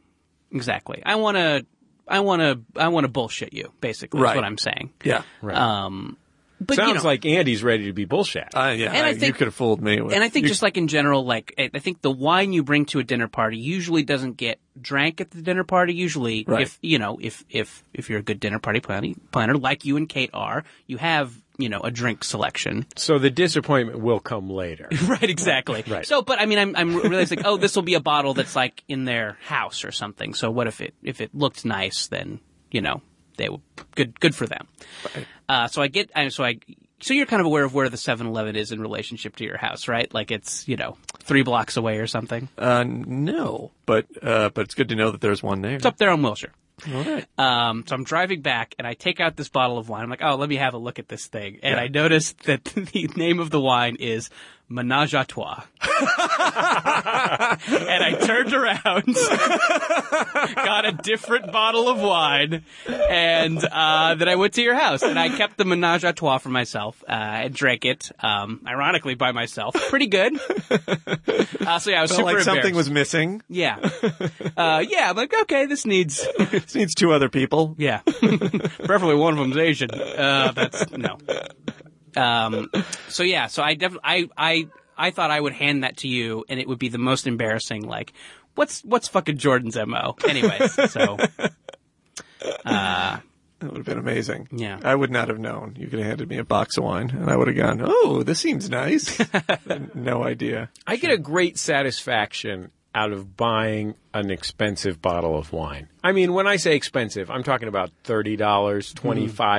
Speaker 3: Exactly. I want to I want to I want to bullshit you basically is
Speaker 4: Right.
Speaker 3: what I'm saying.
Speaker 4: yeah,
Speaker 2: Right.
Speaker 3: Um but
Speaker 2: Sounds
Speaker 3: you know,
Speaker 2: like Andy's ready to be bullshit.
Speaker 4: Uh, yeah.
Speaker 3: And I
Speaker 4: I- you
Speaker 3: think-
Speaker 4: could have fooled me. With,
Speaker 3: and I think
Speaker 4: you-
Speaker 3: just like in general like I I think the wine you bring to a dinner party usually doesn't get drank at the dinner party usually
Speaker 4: Right.
Speaker 3: if you know if if if you're a good dinner party planning, planner like you and Kate are, you have, you know, a drink selection.
Speaker 2: so the disappointment will come later.
Speaker 3: Right, exactly.
Speaker 2: Right.
Speaker 3: So, but I mean, I'm, I'm realizing, oh, this will be a bottle that's like in their house or something. So, what if it if it looked nice? Then you know they would good good for them. Uh, so I get I, so I so you're kind of aware of where the 7-Eleven is in relationship to your house, right? Like it's you know three blocks away or something.
Speaker 4: uh, no, but uh, but it's good to know that there's one there.
Speaker 3: It's up there on Wilshire.
Speaker 4: All right.
Speaker 3: Um, so I'm driving back and I take out this bottle of wine. I'm like, oh, let me have a look at this thing. And I notice that the name of the wine is Menage à Trois. and I turned around, got a different bottle of wine, and uh, then I went to your house and I kept the Menage à Trois for myself. Uh, I drank it, um, ironically, by myself. Pretty good. Uh, so yeah, I was
Speaker 4: Felt
Speaker 3: super
Speaker 4: like something
Speaker 3: embarrassed.
Speaker 4: was missing.
Speaker 3: yeah, uh, yeah. I'm like, okay, this needs
Speaker 4: This needs two other people.
Speaker 3: yeah. Preferably one of them's Asian. Uh, that's no. Um, so yeah, so I def- I I I thought I would hand that to you and it would be the most embarrassing like what's what's fucking Jordan's MO. Anyways, so
Speaker 4: That would have been amazing.
Speaker 3: Yeah.
Speaker 4: I would not have known. You could have handed me a box of wine, and I would have gone, "Oh, this seems nice." no idea.
Speaker 2: I get a great satisfaction out of buying an expensive bottle of wine. I mean, when I say expensive, I'm talking about $30,
Speaker 3: Hmm.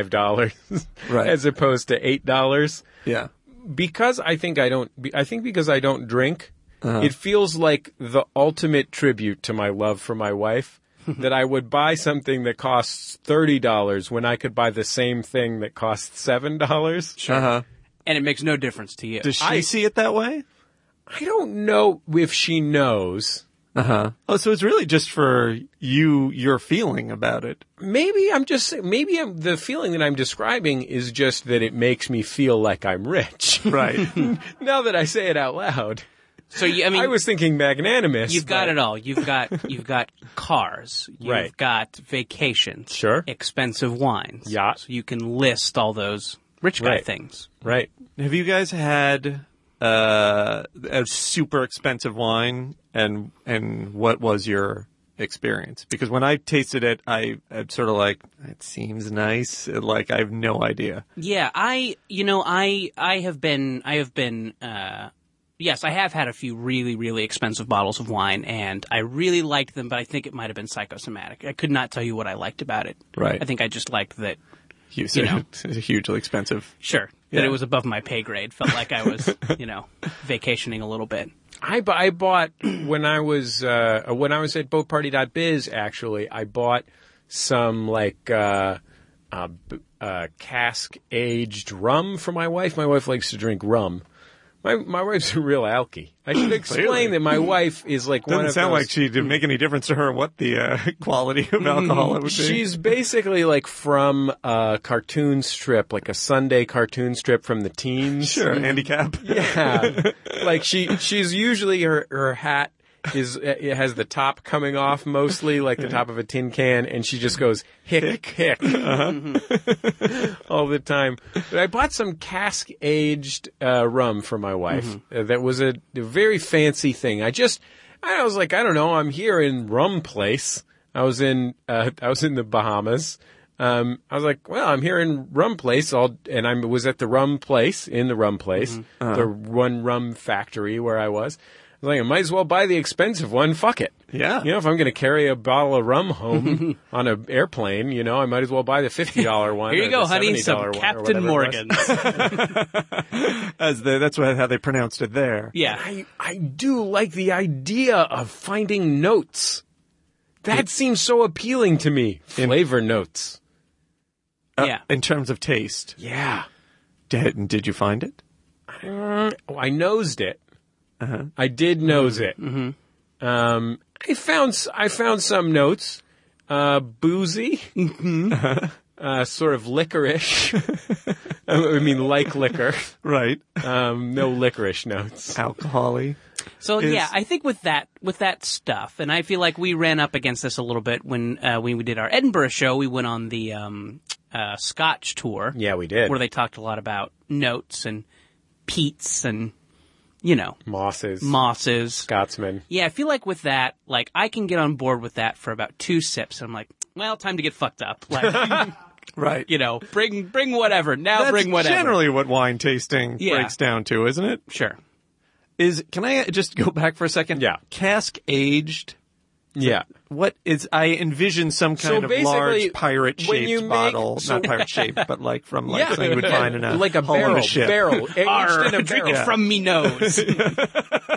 Speaker 2: $25,
Speaker 4: Right.
Speaker 2: as opposed to $8.
Speaker 4: Yeah.
Speaker 2: Because I think I don't, I think because I don't drink,
Speaker 3: Uh-huh.
Speaker 2: it feels like the ultimate tribute to my love for my wife. that I would buy something that costs thirty dollars when I could buy the same thing that costs seven dollars.
Speaker 4: Uh huh.
Speaker 3: and it makes no difference to you.
Speaker 4: Does she
Speaker 2: I-
Speaker 4: see it that way?
Speaker 2: I don't know if she knows.
Speaker 4: Uh huh. Oh, so it's really just for you, your feeling about it.
Speaker 2: maybe I'm just maybe I'm, the feeling that I'm describing is just that it makes me feel like I'm rich.
Speaker 4: Right.
Speaker 2: now that I say it out loud,
Speaker 3: So you, I mean
Speaker 2: I was thinking magnanimous.
Speaker 3: You've got
Speaker 2: but-
Speaker 3: it all. You've got you've got cars. You've
Speaker 2: Right.
Speaker 3: got vacations.
Speaker 2: Sure.
Speaker 3: Expensive wines.
Speaker 2: Yacht.
Speaker 3: So you can list all those rich guy
Speaker 2: Right.
Speaker 3: things.
Speaker 2: right.
Speaker 4: have you guys had uh, a super expensive wine, and and what was your experience? Because when I tasted it, I I'm sort of like it seems nice. Like I have no idea.
Speaker 3: Yeah, I you know I I have been I have been uh yes, I have had a few really really expensive bottles of wine and I really liked them but I think it might have been psychosomatic. I could not tell you what I liked about it.
Speaker 4: Right.
Speaker 3: I think I just liked that
Speaker 4: You said
Speaker 3: know.
Speaker 4: it's hugely expensive.
Speaker 3: sure
Speaker 4: Yeah.
Speaker 3: that it was above my pay grade. Felt like I was, you know, vacationing a little bit.
Speaker 2: I, bu- I bought when I was uh, when I was at boatparty.biz. Actually, I bought some like uh, uh, b- uh, cask aged rum for my wife. My wife likes to drink rum. My my wife's a real alky. I should explain that my wife is like one
Speaker 4: Doesn't
Speaker 2: of
Speaker 4: sound
Speaker 2: those-
Speaker 4: like she didn't make any difference to her what the uh, quality of alcohol it would be.
Speaker 2: She's basically like from a cartoon strip, like a Sunday cartoon strip from the teens.
Speaker 4: sure handicap.
Speaker 2: Yeah. like she, she's usually her her hat is it has the top coming off mostly, like the top of a tin can, and she just goes hick hick, all the time. But I bought some cask aged uh, rum for my wife. Uh, that was a, a very fancy thing. I just I was like, I don't know. I'm here in rum place. I was in uh, I was in the Bahamas. Um, I was like, well, I'm here in rum place. All and I was at the rum place in the rum place, the one rum factory where I was. like, I might as well buy the expensive one. Fuck it.
Speaker 4: Yeah.
Speaker 2: You know, if I'm going to carry a bottle of rum home on an airplane, you know, I might as well buy the $50 one.
Speaker 3: Here
Speaker 2: or
Speaker 3: you go,
Speaker 2: the $70
Speaker 3: honey.
Speaker 2: one
Speaker 3: Some
Speaker 2: or
Speaker 3: Captain
Speaker 2: whatever it was.
Speaker 3: Morgan.
Speaker 4: As the, that's what, how they pronounced it there.
Speaker 3: yeah.
Speaker 2: I, I do like the idea of finding notes. That seems so appealing to me. Flavor notes.
Speaker 3: yeah.
Speaker 4: In terms of taste,
Speaker 2: Yeah.
Speaker 4: did, did you find it?
Speaker 2: Oh, I nosed it.
Speaker 3: Uh-huh.
Speaker 2: I did nose it.
Speaker 3: Mm-hmm.
Speaker 2: Um, I found s- I found some notes, uh, boozy,
Speaker 3: Mm-hmm.
Speaker 2: uh, sort of licorice. I mean, like liquor.
Speaker 4: Right.
Speaker 2: Um, no licorice notes.
Speaker 4: Alcoholy.
Speaker 3: So
Speaker 4: is-
Speaker 3: yeah, I think with that with that stuff, and I feel like we ran up against this a little bit when uh, when we did our Edinburgh show. We went on the um, uh, Scotch tour,
Speaker 2: Yeah, we did.
Speaker 3: where they talked a lot about notes and peats and you know
Speaker 2: Mosses,
Speaker 3: mosses.
Speaker 2: Scotsman.
Speaker 3: Yeah, I feel like with that, like I can get on board with that for about two sips. I'm like, well, time to get fucked up. Like,
Speaker 4: Right.
Speaker 3: you know, bring bring whatever now.
Speaker 4: That's
Speaker 3: bring whatever.
Speaker 4: generally what wine tasting
Speaker 3: Yeah.
Speaker 4: breaks down to, isn't it?
Speaker 3: sure.
Speaker 4: Is can I just go back for a second?
Speaker 2: Yeah.
Speaker 4: Cask aged.
Speaker 2: Yeah.
Speaker 4: What is I envision some kind of
Speaker 2: basically,
Speaker 4: large pirate
Speaker 2: when you
Speaker 4: shaped
Speaker 2: make-
Speaker 4: bottle,
Speaker 2: so-
Speaker 4: not pirate shaped, but like from like something you would find in a
Speaker 2: like a
Speaker 4: hull of
Speaker 2: barrel,
Speaker 4: a ship.
Speaker 2: barrel, aged in a
Speaker 3: Arr, drink
Speaker 2: barrel.
Speaker 3: it from me nose.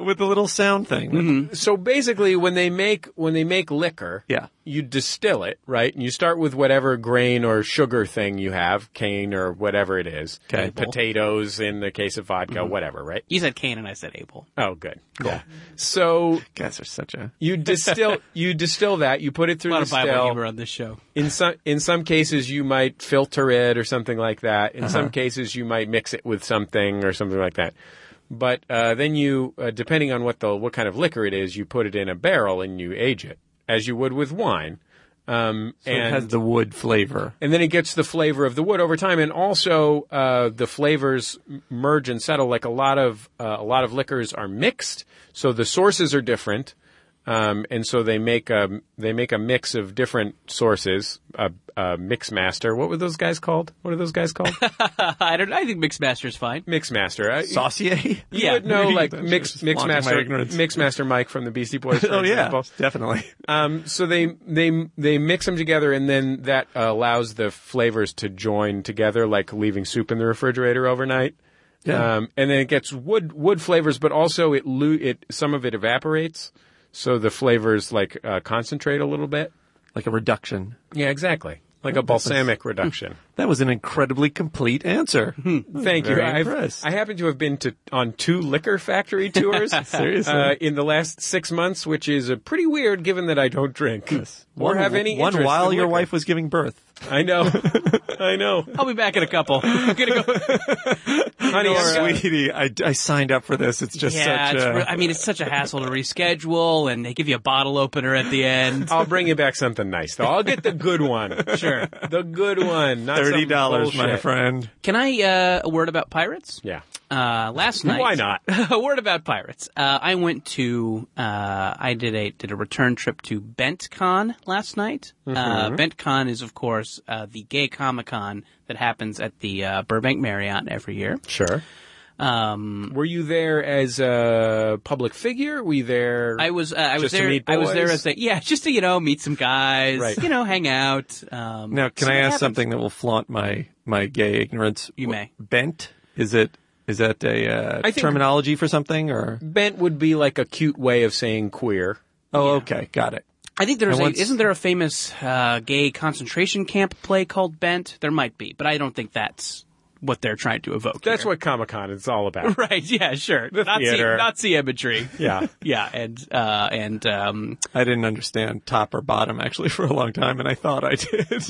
Speaker 4: with a little sound thing.
Speaker 2: so basically when they make when they make liquor
Speaker 4: Yeah.
Speaker 2: you distill it right and you start with whatever grain or sugar thing you have cane or whatever it is
Speaker 4: Okay. Mm-hmm.
Speaker 2: and potatoes in the case of vodka whatever right
Speaker 3: you said Cain and I said Abel.
Speaker 2: oh good cool so
Speaker 4: Guys are such a
Speaker 2: you distill you distill that you put it through
Speaker 3: A lot
Speaker 2: the
Speaker 3: of Bible
Speaker 2: still
Speaker 3: humor on this show.
Speaker 2: in some in some cases you might filter it or something like that. In
Speaker 4: Uh-huh.
Speaker 2: some cases you might mix it with something or something like that. But uh, then you, uh, depending on what the what kind of liquor it is, you put it in a barrel and you age it as you would with wine. Um, and
Speaker 4: it has the wood flavor.
Speaker 2: and then it gets the flavor of the wood over time, and also uh, the flavors m- merge and settle. Like a lot of uh, a lot of liquors are mixed, so the sources are different, um, and so they make a they make a mix of different sources. A, a mix master. What were those guys called? What are those guys called?
Speaker 3: I don't. I think Mixmaster's fine.
Speaker 2: mix master. I-
Speaker 4: Saucier?
Speaker 2: you
Speaker 3: yeah.
Speaker 2: would know like
Speaker 4: That's
Speaker 2: mix
Speaker 4: just
Speaker 2: mix
Speaker 4: flaunting my
Speaker 2: master
Speaker 4: ignorance.
Speaker 2: mix master Mike from the Beastie Boys. for
Speaker 4: Oh yeah,
Speaker 2: example.
Speaker 4: definitely.
Speaker 2: Um, so they they they mix them together, and then that uh, allows the flavors to join together, like leaving soup in the refrigerator overnight.
Speaker 4: Yeah.
Speaker 2: Um, and then it gets wood wood flavors, but also it lo- it some of it evaporates, so the flavors like uh, concentrate a little bit.
Speaker 4: Like a reduction.
Speaker 2: Yeah, exactly. Like a balsamic reduction.
Speaker 4: That was an incredibly complete answer.
Speaker 2: Thank you.
Speaker 4: Very
Speaker 2: I've-
Speaker 4: impressed.
Speaker 2: I happen to have been to on two liquor factory tours
Speaker 4: Seriously?
Speaker 2: uh, in the last six months, which is uh, pretty weird given that I don't drink or
Speaker 4: one,
Speaker 2: have any
Speaker 4: one
Speaker 2: interest
Speaker 4: while
Speaker 2: in
Speaker 4: your
Speaker 2: liquor.
Speaker 4: wife was giving birth.
Speaker 2: I know. I know.
Speaker 3: I'll be back in a couple. I'm gonna go.
Speaker 2: Honey, I'm gonna-
Speaker 4: Sweetie, I, I signed up for this. It's just
Speaker 3: Yeah,
Speaker 4: such
Speaker 3: it's
Speaker 4: a.
Speaker 3: re- I mean, it's such a hassle to reschedule, and they give you a bottle opener at the end.
Speaker 2: I'll bring you back something nice, though. I'll get the good one.
Speaker 3: Sure.
Speaker 2: The good one. Not
Speaker 4: Thirty
Speaker 2: some
Speaker 4: dollars, my
Speaker 2: bullshit.
Speaker 4: friend.
Speaker 3: Can I uh, a word about pirates?
Speaker 2: Yeah.
Speaker 3: Uh, last night,
Speaker 2: Why not?
Speaker 3: a word about pirates. Uh, I went to. Uh, I did a did a return trip to BentCon last night.
Speaker 2: Mm-hmm.
Speaker 3: Uh, BentCon is, of course, uh, the gay comic con that happens at the uh, Burbank Marriott every year.
Speaker 2: Sure.
Speaker 3: Um,
Speaker 2: Were you there as a public figure? Were you there?
Speaker 3: I was uh, I was
Speaker 2: Just to
Speaker 3: there.
Speaker 2: meet
Speaker 3: I was there
Speaker 2: boys?
Speaker 3: as a yeah, just to you know meet some guys,
Speaker 2: Right.
Speaker 3: you know, hang out. Um,
Speaker 4: Now, can
Speaker 3: see what
Speaker 4: I ask
Speaker 3: happens.
Speaker 4: something that will flaunt my my gay ignorance?
Speaker 3: You
Speaker 4: Wh-
Speaker 3: may.
Speaker 4: Bent is it? Is that a uh,
Speaker 2: I think-
Speaker 4: terminology for something? Or
Speaker 2: Bent would be like a cute way of saying queer.
Speaker 4: oh, okay, got it.
Speaker 3: I think there's
Speaker 4: I
Speaker 3: a,
Speaker 4: once-
Speaker 3: isn't there a famous uh, gay concentration camp play called Bent? There might be, but I don't think that's what they're trying to evoke.
Speaker 2: That's
Speaker 3: here.
Speaker 2: what Comic Con is all about.
Speaker 3: right? Yeah, sure. Nazi,
Speaker 2: theater.
Speaker 3: Nazi imagery.
Speaker 2: Yeah.
Speaker 3: yeah, and uh, and um,
Speaker 4: I didn't understand top or bottom actually for a long time, and I thought I did.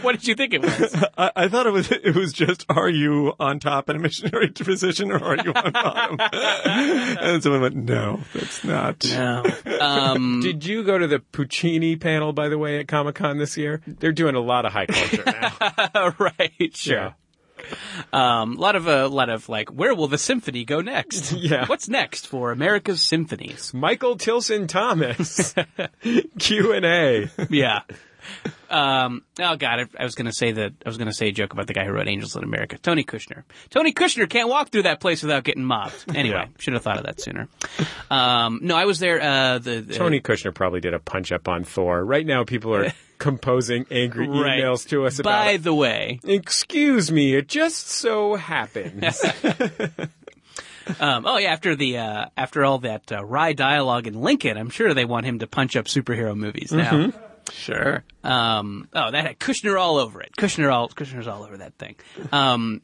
Speaker 3: what did you think it was?
Speaker 4: I, I thought it was it was just are you on top in a missionary position or are you on bottom? and someone went, no, that's not.
Speaker 3: No. Um,
Speaker 2: Did you go to the Puccini panel, by the way, at Comic Con this year? They're doing a lot of high culture now.
Speaker 3: right, sure.
Speaker 2: Yeah.
Speaker 3: Um, a lot of a lot of like, where will the symphony go next?
Speaker 2: Yeah.
Speaker 3: what's next for America's symphonies?
Speaker 2: Michael Tilson Thomas, Q and A.
Speaker 3: Yeah, Um, oh God, I, I was gonna say that I was gonna say a joke about the guy who wrote Angels in America, Tony Kushner. Tony Kushner can't walk through that place without getting mobbed. Anyway, should have thought of that sooner. Um, no, I was there. Uh, the, the-
Speaker 2: Tony Kushner probably did a punch up on Thor. Right now, people are composing angry
Speaker 3: Right.
Speaker 2: emails to us about.
Speaker 3: By the way,
Speaker 2: Excuse me, it just so happens.
Speaker 3: Um, oh yeah, after the uh, after all that uh, wry dialogue in Lincoln, I'm sure they want him to punch up superhero movies now.
Speaker 2: Mm-hmm.
Speaker 4: Sure.
Speaker 3: Um, oh, that had Kushner all over it. Kushner all Kushner's all over that thing. Um,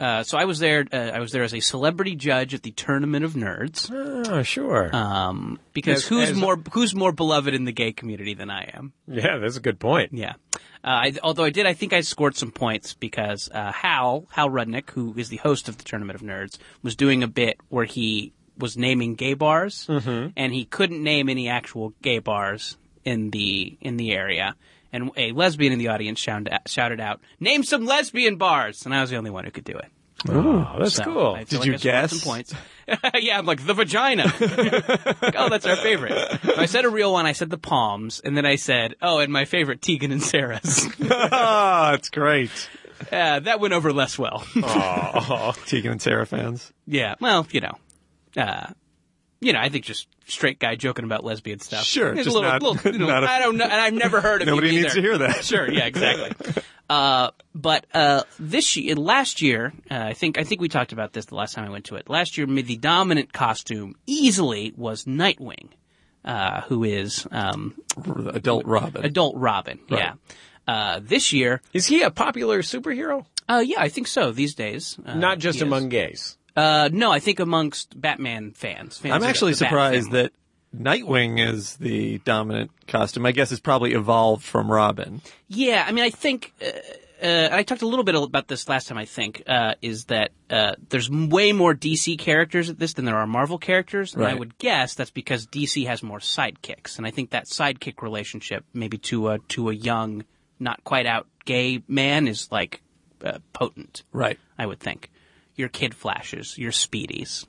Speaker 3: uh, so I was there. Uh, I was there as a celebrity judge at the Tournament of Nerds
Speaker 2: oh, sure.
Speaker 3: um, because
Speaker 2: Hmm. As-
Speaker 3: who's
Speaker 2: as-
Speaker 3: more who's more beloved in the gay community than I am?
Speaker 2: yeah, that's a good point.
Speaker 3: Yeah. Uh, I, although I did, I think I scored some points because uh, Hal Hal Rudnick, who is the host of the Tournament of Nerds, was doing a bit where he was naming gay bars,
Speaker 4: Mm-hmm.
Speaker 3: and he couldn't name any actual gay bars in the in the area. And a lesbian in the audience shouted out, shouted out, "Name some lesbian bars!" And I was the only one who could do it.
Speaker 2: Oh, that's
Speaker 3: So
Speaker 2: cool.
Speaker 3: I feel
Speaker 4: Did
Speaker 3: like
Speaker 4: you
Speaker 3: I scored Some points.
Speaker 4: guess?
Speaker 3: yeah, I'm like the vagina. Like, oh, that's our favorite. So I said a real one. I said the palms, and then I said, "Oh, and my favorite Tegan and Sarah's."
Speaker 4: Ah, it's great.
Speaker 3: Uh, that went over less well.
Speaker 4: Tegan and Sarah fans.
Speaker 3: yeah. Well, you know, uh, you know, I think just straight guy joking about lesbian stuff.
Speaker 4: Sure,
Speaker 3: It's
Speaker 4: just
Speaker 3: a little,
Speaker 4: not-
Speaker 3: little, you know,
Speaker 4: not a-
Speaker 3: I don't know, and I've never heard of
Speaker 4: Nobody
Speaker 3: him
Speaker 4: needs
Speaker 3: either.
Speaker 4: to hear that.
Speaker 3: Sure. Yeah. Exactly. uh, but uh, this year, last year, uh, I think I think we talked about this the last time I went to it. Last year, the dominant costume easily was Nightwing, uh, who is um,
Speaker 4: Adult Robin.
Speaker 3: adult Robin. Yeah. Uh, this year,
Speaker 2: Is he a popular superhero?
Speaker 3: uh, yeah, I think so. These days, uh,
Speaker 2: Not just
Speaker 3: he is.
Speaker 2: among gays.
Speaker 3: Uh, no, I think amongst Batman fans. fans
Speaker 4: I'm
Speaker 3: of
Speaker 4: actually
Speaker 3: the Bat
Speaker 4: surprised
Speaker 3: family.
Speaker 4: that Nightwing is the dominant costume. I guess it's probably evolved from Robin.
Speaker 3: Yeah, I mean, I think. Uh, uh, and I talked a little bit about this last time. I think uh, is that uh, there's m- way more DC characters at this than there are Marvel characters, and I
Speaker 4: Right.
Speaker 3: would guess that's because DC has more sidekicks, and I think that sidekick relationship, maybe to a to a young, not quite out gay man, is like uh, potent.
Speaker 4: Right.
Speaker 3: I would think your Kid Flashes, your Speedies,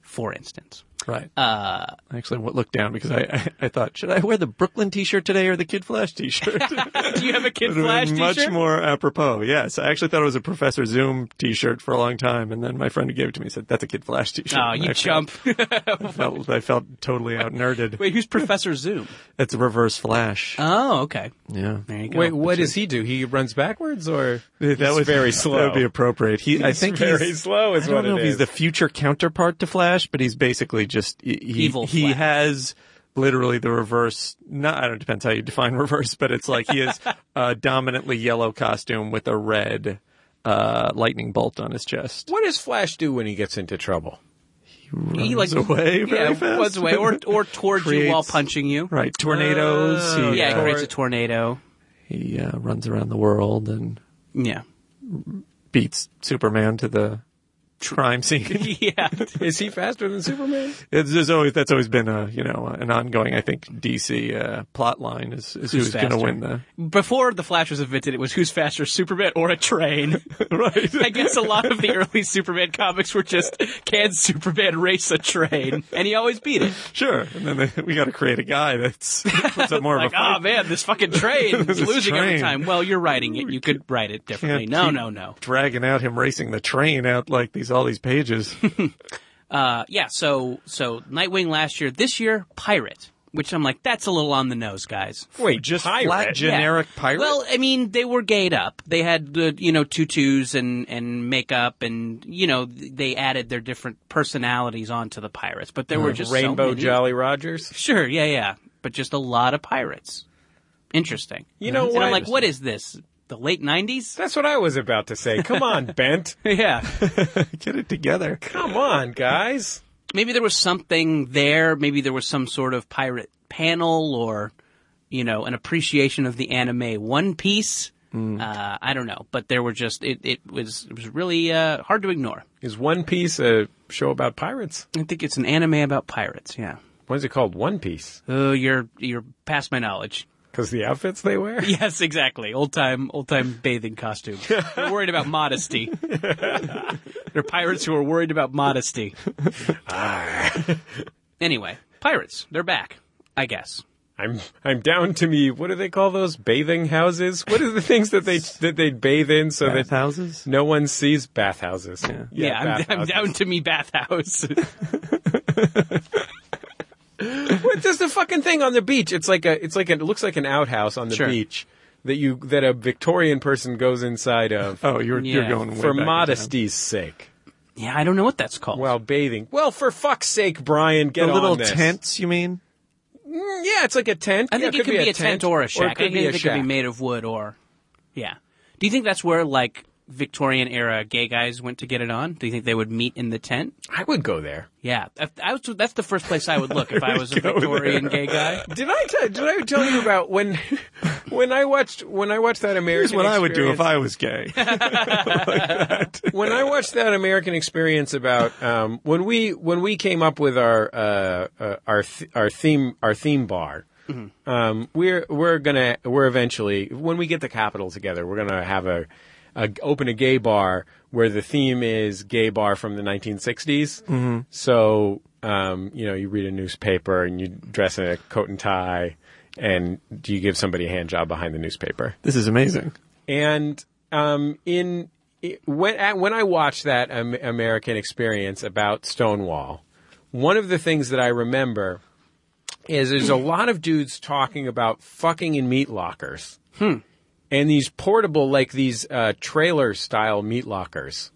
Speaker 3: for instance.
Speaker 4: Right. Uh, I actually looked down because I, I, I thought, should I wear the Brooklyn t-shirt today or the Kid Flash t-shirt?
Speaker 3: Do you have a Kid
Speaker 4: It would've
Speaker 3: Flash
Speaker 4: been
Speaker 3: t-shirt?
Speaker 4: Much more apropos. Yes, I actually thought it was a Professor Zoom T-shirt for a long time, and then my friend who gave it to me said, "That's a Kid Flash T-shirt."
Speaker 3: Oh,
Speaker 4: And
Speaker 3: you
Speaker 4: I
Speaker 3: chump.
Speaker 4: Felt, I felt I felt totally out nerded.
Speaker 3: Wait, who's Professor Zoom?
Speaker 4: It's a Reverse Flash.
Speaker 3: Oh, okay.
Speaker 4: yeah,
Speaker 3: There you go.
Speaker 2: Wait, what does he do? He runs backwards, or
Speaker 4: that was
Speaker 2: very slow.
Speaker 4: That would be appropriate. He, I think
Speaker 2: very
Speaker 4: he's,
Speaker 2: slow is
Speaker 4: I don't
Speaker 2: what it
Speaker 4: know if
Speaker 2: is.
Speaker 4: he's the future counterpart to Flash, but he's basically just he, he-
Speaker 3: Evil
Speaker 4: He
Speaker 3: Flash.
Speaker 4: has literally the reverse. Not, I don't. know, Depends how you define reverse, but it's like he is a dominantly yellow costume with a red uh, lightning bolt on his chest.
Speaker 2: what does Flash do when he gets into trouble?
Speaker 3: he
Speaker 4: runs away very
Speaker 3: yeah,
Speaker 4: fast.
Speaker 3: runs away or or towards you while
Speaker 4: Creates-
Speaker 3: punching you.
Speaker 4: Right, tornadoes. he,
Speaker 3: Oh, Yeah,
Speaker 4: uh,
Speaker 3: creates a tornado.
Speaker 4: he uh, runs around the world and
Speaker 3: Yeah.
Speaker 4: beats Superman to the crime scene.
Speaker 3: Yeah.
Speaker 2: Is he faster than Superman?
Speaker 4: It's just always that's always been a you know an ongoing I think DC uh, plot line is, is who's, going to
Speaker 3: faster?
Speaker 4: win the
Speaker 3: Before the Flash was invented, it was who's faster, Superman or a train.
Speaker 4: right.
Speaker 3: I guess a lot of the early Superman comics were just can Superman race a train, and he always beat it.
Speaker 4: sure, and then they, we got to create a guy that's puts up more
Speaker 3: Like,
Speaker 4: of a
Speaker 3: oh
Speaker 4: fight.
Speaker 3: man, this fucking train is
Speaker 4: This
Speaker 3: losing every
Speaker 4: train.
Speaker 3: time. Well, you're writing it. You could write it differently.
Speaker 4: Can't
Speaker 3: No,
Speaker 4: keep
Speaker 3: no, no.
Speaker 4: dragging out him racing the train out like these all these pages.
Speaker 3: Uh, yeah, so so Nightwing last year, this year Pirate, which I'm like that's a little on the nose, guys.
Speaker 2: Wait, just
Speaker 4: Flat generic pirate.
Speaker 3: Well, I mean, they were gayed up. They had uh, you know tutus and and makeup, and you know th- they added their different personalities onto the pirates. But there were just so
Speaker 2: Mm-hmm. Rainbow
Speaker 3: many.
Speaker 2: Jolly Rogers.
Speaker 3: Sure, yeah, yeah, but just a lot of pirates. Interesting.
Speaker 2: You know
Speaker 3: and
Speaker 2: what?
Speaker 3: I'm like, what is this? The late '90s?
Speaker 2: That's what I was about to say. Come on, Bent.
Speaker 3: yeah.
Speaker 4: get it together.
Speaker 2: Come on, guys.
Speaker 3: maybe there was something there. Maybe there was some sort of pirate panel or, you know, an appreciation of the anime One Piece. Uh, I don't know, but there were just it. It was it was really uh, hard to ignore.
Speaker 2: Is One Piece a show about pirates?
Speaker 3: I think it's an anime about pirates. Yeah.
Speaker 2: What is it called? One Piece?
Speaker 3: Oh, you're you're past my knowledge.
Speaker 2: Because the outfits they wear.
Speaker 3: Yes, exactly. Old time old time bathing costume. They're worried about modesty. They're pirates who are worried about Ah. modesty. anyway, pirates. They're back. I guess.
Speaker 2: I'm I'm down to me. What do they call those bathing houses? What are the things that they that they bathe in so that
Speaker 4: houses.
Speaker 2: no one sees bathhouses? Yeah,
Speaker 3: Yeah, I'm, I'm
Speaker 2: bathhouses.
Speaker 3: down to me bathhouse.
Speaker 2: But there's the fucking thing on the beach. It's like a it's like an, it looks like an outhouse on the
Speaker 3: Sure.
Speaker 2: beach that you that a Victorian person goes inside of
Speaker 4: Oh, you're
Speaker 3: Yeah.
Speaker 4: you're going way
Speaker 2: for
Speaker 4: back in
Speaker 2: modesty's sake.
Speaker 3: yeah, I don't know what that's called.
Speaker 2: While bathing. Well, for fuck's sake, Brian, get
Speaker 4: time. The little
Speaker 2: on this.
Speaker 4: tents, you mean?
Speaker 2: Mm, Yeah, it's like a tent.
Speaker 3: I think
Speaker 2: yeah,
Speaker 3: it, could be, a tent, or a shack.
Speaker 2: it could
Speaker 3: I
Speaker 2: be
Speaker 3: think
Speaker 2: a
Speaker 3: it
Speaker 2: shack.
Speaker 3: could be made of wood or, yeah. Do you think that's where like Victorian era gay guys went to get it on? Do you think they would meet in the tent?
Speaker 2: I would go there.
Speaker 3: Yeah, I, I was, that's the first place I would look if I was a Victorian gay guy.
Speaker 2: Did I tell, did I tell you about when when I watched when I watched that American
Speaker 4: Here's what I would do
Speaker 2: Experience-
Speaker 4: if I was gay.
Speaker 2: when I watched that American Experience about um, when we when we came up with our uh, uh, our th- our theme our theme bar, um, we're we're gonna we're eventually when we get the capital together, we're gonna have a, a open a gay bar where the theme is gay bar from the 1960s. So um, you know, you read a newspaper and you dress in a coat and tie, and you give somebody a hand job behind the newspaper.
Speaker 4: this is amazing.
Speaker 2: And um, in it, when at, when I watched that um, American Experience about Stonewall, one of the things that I remember is there's a lot of dudes talking about fucking in meat lockers. And these portable, like these uh, trailer style meat lockers.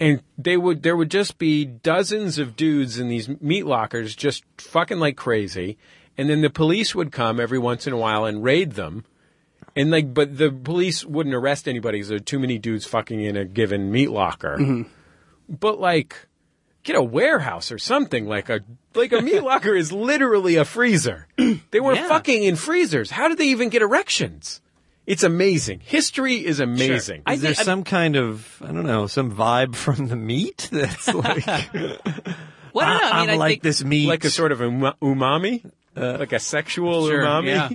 Speaker 2: And they would, there would just be dozens of dudes in these meat lockers just fucking like crazy. And then the police would come every once in a while and raid them. And like, but the police wouldn't arrest anybody because there are too many dudes fucking in a given meat locker. But like, get a warehouse or something like a like a meat locker is literally a freezer. They were
Speaker 3: Yeah.
Speaker 2: fucking in freezers. How did they even get erections? It's amazing. History is amazing.
Speaker 3: I
Speaker 4: Is there
Speaker 3: think- I-
Speaker 4: some kind of I don't know some vibe from the meat that's
Speaker 3: Well,
Speaker 4: like
Speaker 3: I don't know. I
Speaker 4: I,
Speaker 3: mean, I
Speaker 4: am like
Speaker 3: think,
Speaker 4: this meat.
Speaker 2: like a sort of um- umami, Uh, like a sexual
Speaker 3: Sure,
Speaker 2: umami.
Speaker 3: yeah.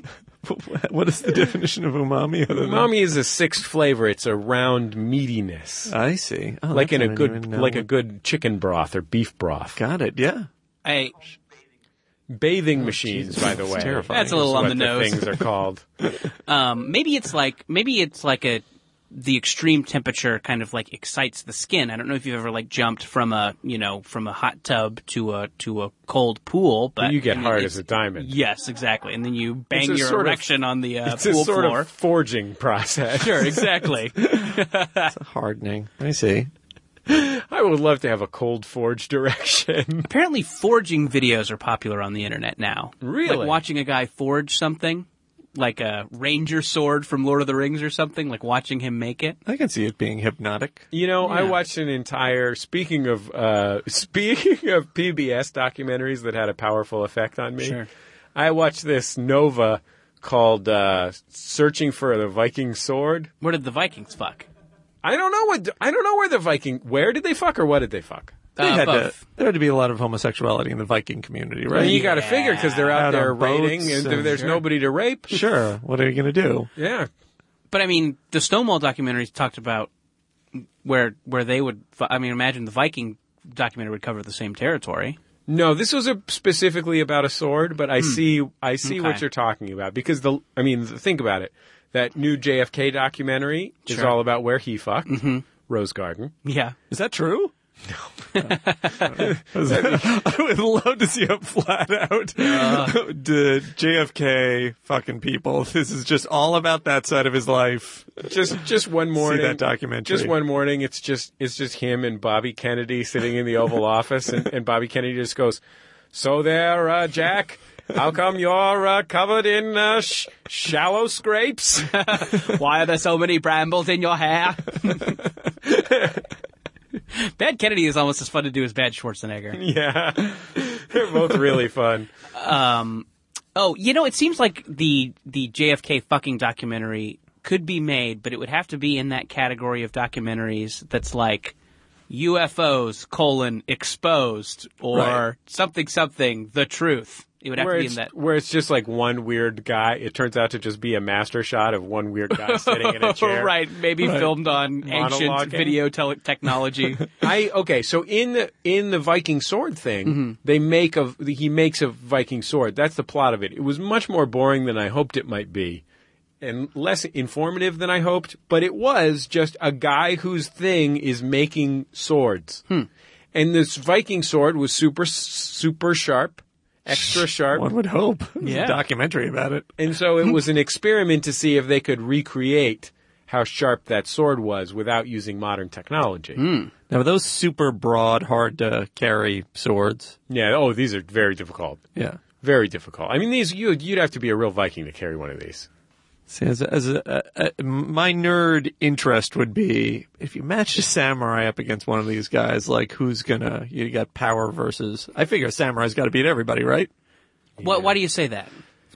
Speaker 4: what is the definition of umami? Other than
Speaker 2: Umami is a sixth flavor. It's a round meatiness,
Speaker 4: I see. Oh,
Speaker 2: like
Speaker 4: that's
Speaker 2: in a
Speaker 4: what I didn't
Speaker 2: good
Speaker 4: even know.
Speaker 2: like a good chicken broth or beef broth.
Speaker 4: got it. Yeah.
Speaker 3: I,
Speaker 2: Bathing machines, by the way.
Speaker 4: terrifying.
Speaker 3: That's a little
Speaker 2: is
Speaker 3: on
Speaker 2: what
Speaker 3: the nose.
Speaker 2: Things are called.
Speaker 3: um, maybe it's like maybe it's like a the extreme temperature kind of like excites the skin. I don't know if you've ever like jumped from a you know from a hot tub to a to a cold pool, but
Speaker 2: You get
Speaker 3: I mean,
Speaker 2: hard
Speaker 3: it's-
Speaker 2: as a diamond.
Speaker 3: Yes, exactly. And then you bang
Speaker 2: a
Speaker 3: your
Speaker 2: sort of-
Speaker 3: erection on the uh,
Speaker 2: it's a
Speaker 3: pool
Speaker 2: sort
Speaker 3: floor.
Speaker 2: of forging process.
Speaker 3: Sure, exactly.
Speaker 4: Hardening. I see.
Speaker 2: I would love to have a cold forge direction.
Speaker 3: Apparently, forging videos are popular on the internet now.
Speaker 2: Really?
Speaker 3: Like watching a guy forge something, like a ranger sword from Lord of the Rings or something, like watching him make it.
Speaker 4: I can see it being hypnotic.
Speaker 2: You know, I watched an entire. Speaking of uh, speaking of PBS documentaries that had a powerful effect on me,
Speaker 3: Sure.
Speaker 2: I watched this Nova called uh, "Searching for the Viking Sword."
Speaker 3: Where did the Vikings fuck?
Speaker 2: I don't know what I don't know where the Viking. Where did they fuck or what did they fuck?
Speaker 4: They
Speaker 3: Uh,
Speaker 4: had to,
Speaker 3: both.
Speaker 4: there had to be a lot of homosexuality in the Viking community, right?
Speaker 2: you got to figure because they're out,
Speaker 4: Out on
Speaker 2: there raiding,
Speaker 4: boats
Speaker 2: and
Speaker 4: and-
Speaker 2: there's nobody to rape.
Speaker 4: sure. What are you going to do?
Speaker 2: Yeah,
Speaker 3: But I mean, the Stonewall documentaries talked about where where they would. fu- I mean, imagine the Viking documentary would cover the same territory.
Speaker 2: No, this was a, specifically about a sword, but I see I see what
Speaker 3: Okay.
Speaker 2: you're talking about because the I mean th- think about it. That new JFK documentary is
Speaker 3: Sure.
Speaker 2: all about where he fucked Rose Garden.
Speaker 3: Yeah.
Speaker 4: Is that true? No. I would love to see a flat out d- JFK fucking people. This is just all about that side of his life.
Speaker 2: Just just one morning
Speaker 4: that documentary.
Speaker 2: Just one morning it's just it's just him and Bobby Kennedy sitting in the Oval Office and, and Bobby Kennedy just goes, "So there, uh, Jack, how come you're uh, covered in uh, sh- shallow scrapes?"
Speaker 3: Why are there so many brambles in your hair? Bad Kennedy is almost as fun to do as Bad Schwarzenegger.
Speaker 2: yeah. They're both really fun.
Speaker 3: Oh, you know, it seems like the the JFK fucking documentary could be made, but it would have to be in that category of documentaries that's like UFOs colon exposed or
Speaker 4: Right.
Speaker 3: something something the truth. It would have
Speaker 2: where
Speaker 3: to be
Speaker 2: it's,
Speaker 3: in that.
Speaker 2: where it's just like one weird guy. It turns out to just be a master shot of one weird guy sitting in a chair.
Speaker 3: right, maybe filmed on ancient
Speaker 2: Monologuing.
Speaker 3: video tele- technology.
Speaker 2: I okay. So in the in the Viking sword thing,
Speaker 3: Mm-hmm.
Speaker 2: they make a he makes a Viking sword. That's the plot of it. It was much more boring than I hoped it might be, and less informative than I hoped. But it was just a guy whose thing is making swords,
Speaker 3: Hmm.
Speaker 2: and this Viking sword was super super sharp, extra sharp.
Speaker 4: One would hope.
Speaker 3: Yeah.
Speaker 4: There's a documentary about it.
Speaker 2: And so it was an experiment to see if they could recreate how sharp that sword was without using modern technology.
Speaker 4: Now, are those super broad, hard to carry swords?
Speaker 2: Yeah. Oh, these are very difficult.
Speaker 4: Yeah.
Speaker 2: Very difficult. I mean, these you you'd have to be a real Viking to carry one of these.
Speaker 4: See, as a, as a, a, a- my nerd interest would be if you match a samurai up against one of these guys, like who's gonna? You got power versus. I figure a samurai's got to beat everybody, right?
Speaker 3: Why- Why do you say that?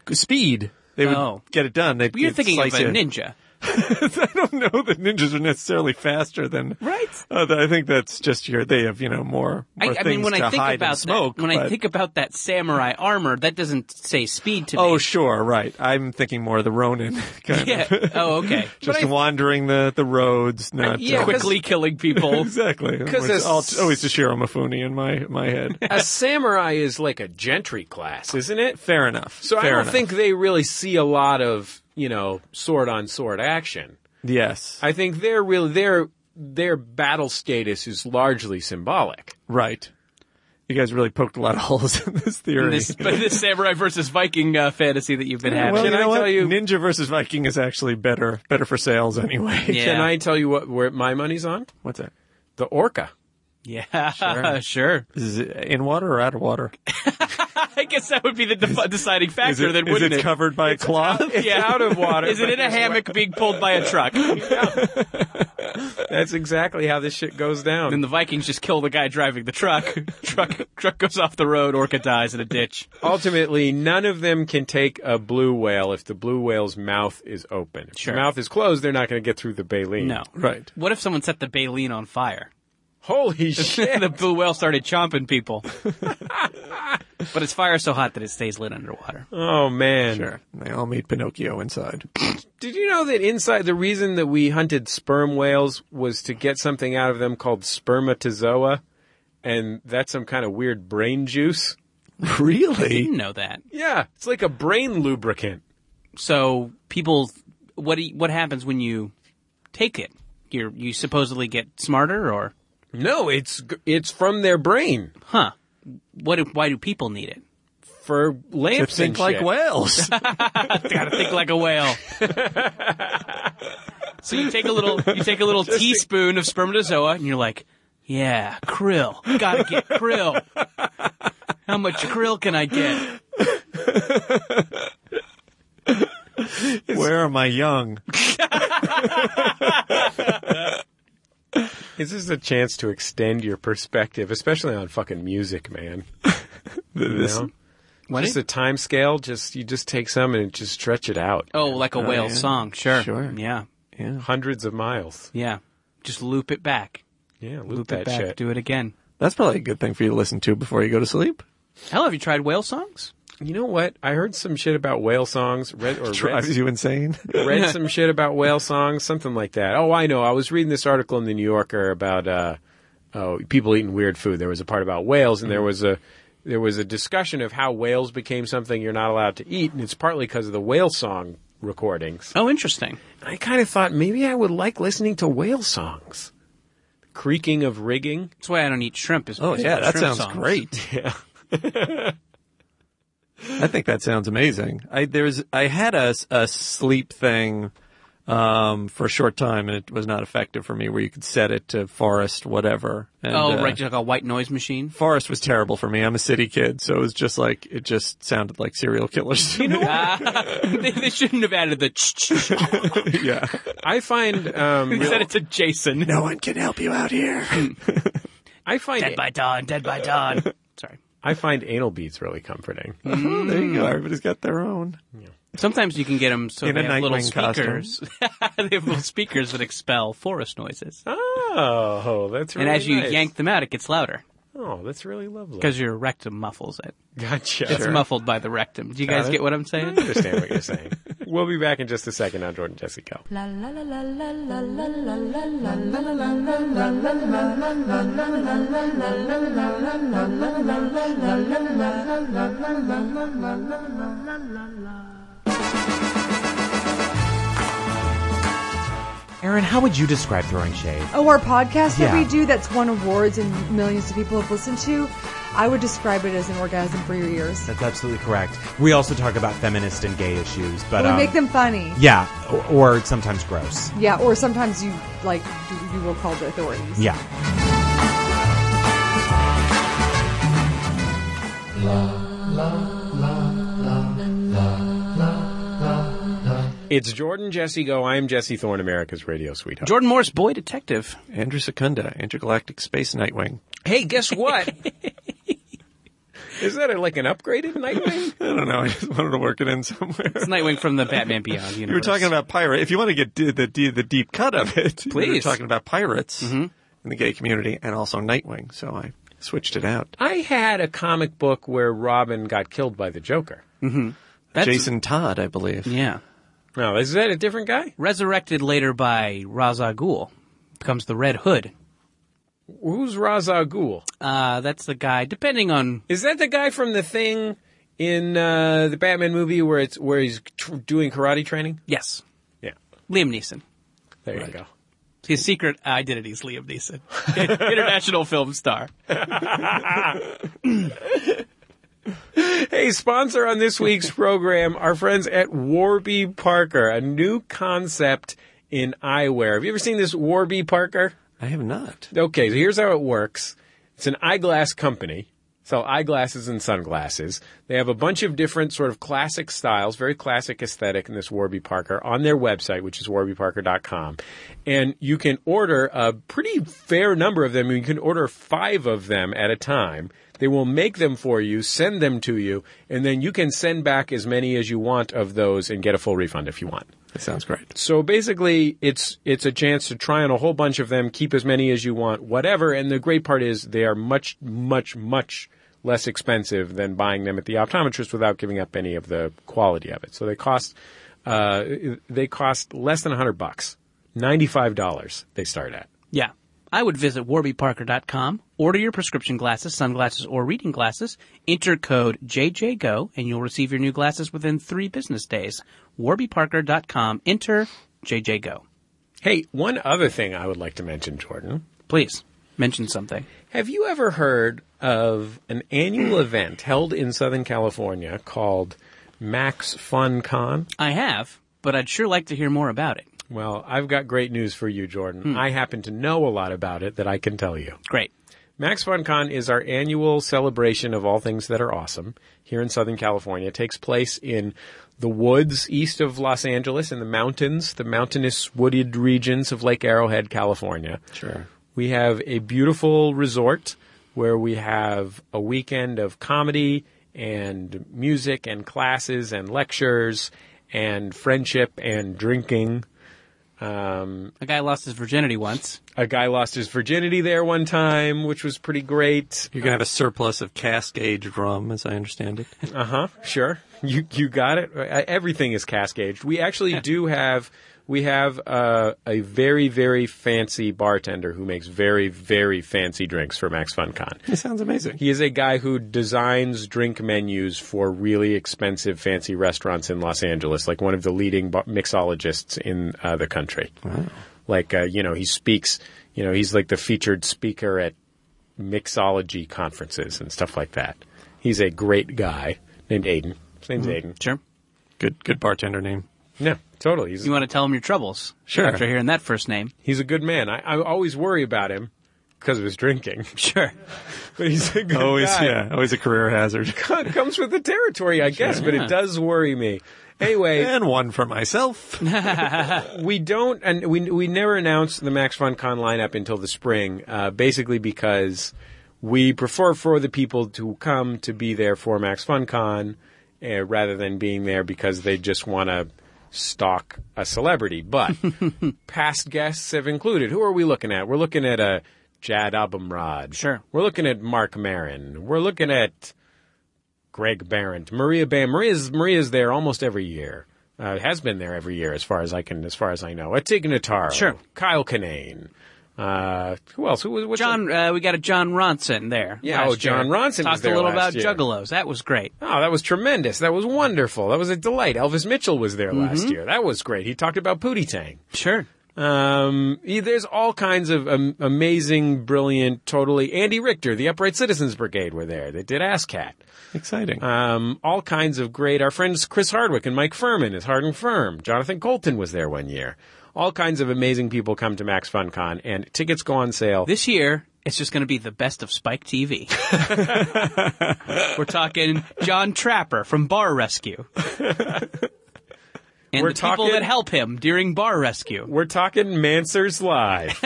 Speaker 4: 'Cause Speed. They would
Speaker 3: Oh.
Speaker 4: get it done. They,
Speaker 3: You're thinking of a ninja.
Speaker 4: I don't know that ninjas are necessarily faster than
Speaker 3: Right.
Speaker 4: Uh, I think that's just your. They have you know more.
Speaker 3: I,
Speaker 4: more
Speaker 3: I mean,
Speaker 4: things
Speaker 3: when
Speaker 4: to
Speaker 3: I think
Speaker 4: hide and
Speaker 3: about that-
Speaker 4: smoke.
Speaker 3: when I
Speaker 4: but-
Speaker 3: think about that samurai armor, that doesn't say speed to me.
Speaker 4: Oh, sure, right. I'm thinking more of the Ronin kind
Speaker 3: yeah.
Speaker 4: of.
Speaker 3: Oh, okay.
Speaker 4: Just wandering the, the roads, not
Speaker 2: yeah,
Speaker 4: uh,
Speaker 3: Quickly killing people.
Speaker 4: Exactly.
Speaker 2: 'Cause
Speaker 4: It's
Speaker 2: a
Speaker 4: all-
Speaker 2: s-
Speaker 4: always Toshiro Mifune in my, my head.
Speaker 2: A samurai is like a gentry class, isn't it?
Speaker 4: Fair enough.
Speaker 2: So I
Speaker 4: Fair
Speaker 2: don't
Speaker 4: enough.
Speaker 2: think they really see a lot of you know sword on sword action.
Speaker 4: Yes.
Speaker 2: I think they're really their their battle status is largely symbolic.
Speaker 4: right. You guys really poked a lot of holes in this theory.
Speaker 3: this, but this samurai versus Viking uh, fantasy that you've been having.
Speaker 4: well, you
Speaker 2: I
Speaker 4: know
Speaker 2: tell
Speaker 4: what?
Speaker 2: you-
Speaker 4: Ninja versus Viking is actually better better for sales anyway.
Speaker 3: Yeah.
Speaker 2: Can I tell you what where my money's on?
Speaker 4: What's that?
Speaker 2: The orca.
Speaker 3: yeah, sure. sure.
Speaker 4: Is it in water or out of water?
Speaker 3: I guess that would be the def- deciding factor.
Speaker 4: Is it,
Speaker 3: then
Speaker 4: is
Speaker 3: wouldn't
Speaker 4: it covered by cloth?
Speaker 3: yeah,
Speaker 2: out of water,
Speaker 3: Is it
Speaker 2: but
Speaker 3: in a
Speaker 2: it's
Speaker 3: hammock being pulled by a truck? and
Speaker 2: That's exactly how this shit goes down.
Speaker 3: the Vikings just kill the guy driving the truck. truck truck goes off the road. Orca dies in a ditch.
Speaker 2: ultimately, none of them can take a blue whale if the blue whale's mouth is open. If
Speaker 3: Sure.
Speaker 2: the mouth is closed, they're not going to get through the baleen.
Speaker 3: No.
Speaker 4: Right.
Speaker 3: What if someone set the baleen on fire?
Speaker 2: Holy shit.
Speaker 3: the blue whale started chomping people. but its fire is so hot that it stays lit underwater.
Speaker 2: Oh, man.
Speaker 4: Sure. They all meet Pinocchio inside.
Speaker 2: Did you know that inside the reason that we hunted sperm whales was to get something out of them called spermatozoa? And that's some kind of weird brain juice?
Speaker 4: really?
Speaker 3: Didn't know that.
Speaker 2: Yeah, it's like a brain lubricant.
Speaker 3: So people, what do you- what happens when you take it? You you supposedly get smarter, or
Speaker 2: No, it's g- it's from their brain
Speaker 3: huh? What? do- Why do people need it?
Speaker 2: for
Speaker 4: To
Speaker 2: lamps and
Speaker 4: think like
Speaker 2: shit.
Speaker 4: whales.
Speaker 3: Gotta think like a whale. so you take a little, you take a little teaspoon of spermatozoa, and you're like, yeah, krill. Gotta get krill. How much krill can I get?
Speaker 4: Where are my young?
Speaker 2: Is this a chance to extend your perspective, especially on fucking music, man?
Speaker 4: This-
Speaker 2: know? Just a time scale. Just you just take some and just stretch it out.
Speaker 3: Oh, like a whale
Speaker 4: yeah.
Speaker 3: song. Sure.
Speaker 4: Sure.
Speaker 3: Yeah.
Speaker 2: Hundreds of miles.
Speaker 3: Yeah. Just loop it back.
Speaker 2: Yeah, loop,
Speaker 3: Loop
Speaker 2: that
Speaker 3: it back.
Speaker 2: shit.
Speaker 3: Do it again.
Speaker 4: That's probably a good thing for you to listen to before you go to sleep.
Speaker 3: Hell, have you tried whale songs?
Speaker 2: You know what? I heard some shit about whale songs. Read or read,
Speaker 4: Drives you insane.
Speaker 2: read some shit about whale songs, something like that. Oh, I know. I was reading this article in the New Yorker about uh, oh, people eating weird food. There was a part about whales, and there was a there was a discussion of how whales became something you're not allowed to eat, and it's partly because of the whale song recordings.
Speaker 3: Oh, interesting.
Speaker 2: I kind of thought maybe I would like listening to whale songs. Creaking of rigging.
Speaker 3: That's why I don't eat shrimp. Is
Speaker 4: Oh
Speaker 3: is
Speaker 4: yeah, that
Speaker 3: shrimp
Speaker 4: sounds
Speaker 3: songs.
Speaker 4: great. Yeah. I think that sounds amazing. I there's I had a, s- a sleep thing um, for a short time and it was not effective for me where you could set it to forest whatever. And,
Speaker 3: Oh,
Speaker 4: uh,
Speaker 3: right, just like a white noise machine.
Speaker 4: Forest was terrible for me. I'm a city kid, so it was just like it just sounded like serial killers. You know
Speaker 3: Ah, they, they shouldn't have added the. ch- ch- ch-
Speaker 4: yeah.
Speaker 2: I find um,
Speaker 3: Instead, it's a Jason.
Speaker 4: No one can help you out here.
Speaker 2: I find
Speaker 3: Dead by dawn. Dead by dawn. Sorry.
Speaker 2: I find anal beads really comforting.
Speaker 4: there you go. Everybody's got their own.
Speaker 3: Sometimes you can get them so
Speaker 4: In
Speaker 3: they
Speaker 4: a
Speaker 3: have little
Speaker 4: Nightwing costume.
Speaker 3: speakers. they have little speakers that expel forest noises,
Speaker 2: Oh, that's really
Speaker 3: and as you
Speaker 2: nice.
Speaker 3: yank them out, it gets louder.
Speaker 2: Oh, that's really lovely.
Speaker 3: because your rectum muffles it.
Speaker 2: Gotcha.
Speaker 3: It's muffled by the rectum. Do you guys
Speaker 2: it.
Speaker 3: get what I'm saying?
Speaker 4: Mm.
Speaker 2: I understand what you're saying. We'll be back in just a second on Jordan Jesse Go.
Speaker 7: Aaron, how would you describe throwing shade?
Speaker 8: Oh, our podcast that
Speaker 7: Yeah.
Speaker 8: we do that's won awards and millions of people have listened to, I would describe it as an orgasm for your ears.
Speaker 7: That's absolutely correct. We also talk about feminist and gay issues, but
Speaker 8: we
Speaker 7: um,
Speaker 8: make them funny.
Speaker 7: yeah, or, or sometimes gross.
Speaker 8: Yeah, or sometimes you like you- you will call the authorities.
Speaker 7: Yeah.
Speaker 2: It's Jordan Jesse Go. I'm Jesse Thorne, America's radio sweetheart.
Speaker 3: Jordan Morris, boy detective.
Speaker 4: Andrew Secunda, Intergalactic Space Nightwing.
Speaker 2: hey, guess what? Is that a, like an upgraded Nightwing?
Speaker 4: I don't know. I just wanted to work it in somewhere.
Speaker 3: It's Nightwing from the Batman Beyond universe.
Speaker 4: You were talking about pirate. If you want to get d- the d- the deep cut of it, we were
Speaker 3: Please.
Speaker 4: talking about pirates in the gay community and also Nightwing. So I switched it out.
Speaker 2: I had a comic book where Robin got killed by the Joker.
Speaker 3: That's-
Speaker 4: Jason Todd, I believe.
Speaker 3: Yeah.
Speaker 2: No, Oh, is that a different guy?
Speaker 3: Resurrected later by Ra's al Ghul, becomes the Red Hood.
Speaker 2: Who's Ra's al Ghul?
Speaker 3: Uh, that's the guy. Depending on
Speaker 2: Is that the guy from the thing in uh, the Batman movie where it's where he's tr- doing karate training?
Speaker 3: yes,
Speaker 2: Yeah,
Speaker 3: Liam Neeson.
Speaker 2: there you go.
Speaker 3: His secret identity is Liam Neeson, international film star.
Speaker 2: Hey, sponsor on this week's program, our friends at Warby Parker, a new concept in eyewear. Have you ever seen this Warby Parker?
Speaker 4: I have not.
Speaker 2: Okay, so here's how it works. It's an eyeglass company. Sell eyeglasses and sunglasses. They have a bunch of different sort of classic styles, very classic aesthetic in this Warby Parker on their website, which is warbyparker.com. And you can order a pretty fair number of them. You can order five of them at a time. They will make them for you, send them to you, and then you can send back as many as you want of those and get a full refund if you want.
Speaker 4: That sounds great.
Speaker 2: So basically, it's it's a chance to try on a whole bunch of them, keep as many as you want, whatever. And the great part is they are much, much, much less expensive than buying them at the optometrist without giving up any of the quality of it. So they cost uh, they cost less than hundred bucks, ninety five dollars. They start at.
Speaker 3: Yeah. I would visit warbyparker.com, order your prescription glasses, sunglasses, or reading glasses, enter code JJGO, and you'll receive your new glasses within three business days. warbyparker.com, enter JJGO.
Speaker 2: Hey, one other thing I would like to mention, Jordan.
Speaker 3: Please mention something.
Speaker 2: Have you ever heard of an annual event held in Southern California called Max Fun Con?
Speaker 3: I have, but I'd sure like to hear more about it.
Speaker 2: Well, I've got great news for you, Jordan. I happen to know a lot about it that I can tell you.
Speaker 3: Great.
Speaker 2: Max FunCon is our annual celebration of all things that are awesome here in Southern California. It takes place in the woods east of Los Angeles in the mountains, the mountainous wooded regions of Lake Arrowhead, California. Sure. We have a beautiful resort where we have a weekend of comedy and music and classes and lectures and friendship and drinking. Um,
Speaker 3: A guy lost his virginity once.
Speaker 2: a guy lost his virginity there one time, which was pretty great.
Speaker 4: You're gonna have a surplus of cask aged rum, as I understand it.
Speaker 2: Sure, you you got it. Uh, Everything is cast gauged. We actually do have we have uh, a very very fancy bartender who makes very very fancy drinks for Max FunCon.
Speaker 4: It sounds amazing.
Speaker 2: He is a guy who designs drink menus for really expensive fancy restaurants in Los Angeles, like one of the leading bu- mixologists in uh, the country. Like, uh, you know, he speaks, you know, he's like the featured speaker at mixology conferences and stuff like that. He's a great guy named Aiden. His name's Aiden.
Speaker 3: Sure.
Speaker 4: Good, good bartender name.
Speaker 2: No, totally. He's,
Speaker 3: You want to tell him your troubles?
Speaker 4: Sure.
Speaker 3: After hearing that first name.
Speaker 2: he's a good man. I, I always worry about him because of his drinking,
Speaker 3: Sure.
Speaker 2: but he's a good
Speaker 4: Always,
Speaker 2: guy.
Speaker 4: yeah, always a career hazard.
Speaker 2: It comes with the territory, I guess, but it does worry me. Anyway,
Speaker 4: and one for myself.
Speaker 2: we don't, and we we never announce the Max FunCon lineup until the spring, uh, basically because we prefer for the people to come to be there for Max FunCon uh, rather than being there because they just want to stalk a celebrity. But past guests have included. Who are we looking at? We're looking at a Chad Abumrad.
Speaker 3: Sure.
Speaker 2: We're looking at Mark Marin. We're looking at Greg Barrent. Maria Bay. Maria's Maria's there almost every year. Uh, has been there every year as far as I can, as far as I know. Atignataro.
Speaker 3: Sure.
Speaker 2: Kyle Kinane. Uh, who else? Who was what's
Speaker 3: John, uh, we got a John Ronson there.
Speaker 2: Yeah,
Speaker 3: last
Speaker 2: oh, John
Speaker 3: year.
Speaker 2: Ronson was
Speaker 3: Talked
Speaker 2: there
Speaker 3: a little
Speaker 2: last
Speaker 3: about
Speaker 2: year.
Speaker 3: juggalos. That was great.
Speaker 2: Oh, that was tremendous. That was wonderful. That was a delight. Elvis Mitchell was there
Speaker 3: Mm-hmm.
Speaker 2: last year. That was great. He talked about Pootie Tang.
Speaker 3: Sure.
Speaker 2: Um, he- there's all kinds of um, amazing, brilliant, totally. Andy Richter, the Upright Citizens Brigade were there. They did Ass Cat.
Speaker 4: Exciting.
Speaker 2: Um, all kinds of great. Our friends Chris Hardwick and Mike Furman is Hard and Firm. Jonathan Colton was there one year. All kinds of amazing people come to Max FunCon, and tickets go on sale.
Speaker 3: This year, it's just going to be the best of Spike TV. We're talking John Trapper from Bar Rescue. And
Speaker 2: We're
Speaker 3: the
Speaker 2: talking-
Speaker 3: people that help him during Bar Rescue.
Speaker 2: We're talking Mansers Live.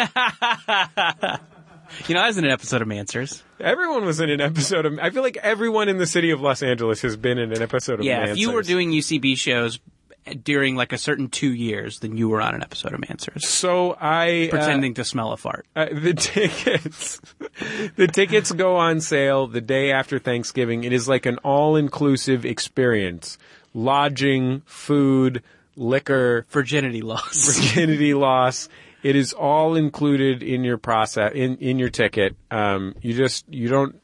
Speaker 3: You know, I was in an episode of Mansers.
Speaker 2: everyone was in an episode of. I feel like everyone in the city of Los Angeles has been in an episode of.
Speaker 3: Yeah, if you were
Speaker 2: Mansers.
Speaker 3: doing UCB shows during like a certain two years, then you were on an episode of Mansers.
Speaker 2: So I uh,
Speaker 3: Pretending to smell a fart.
Speaker 2: Uh, the tickets, the tickets go on sale the day after Thanksgiving. It is like an all-inclusive experience: lodging, food, liquor,
Speaker 3: Virginity loss.
Speaker 2: virginity loss. It is all included in your process in in your ticket. Um, you just you don't.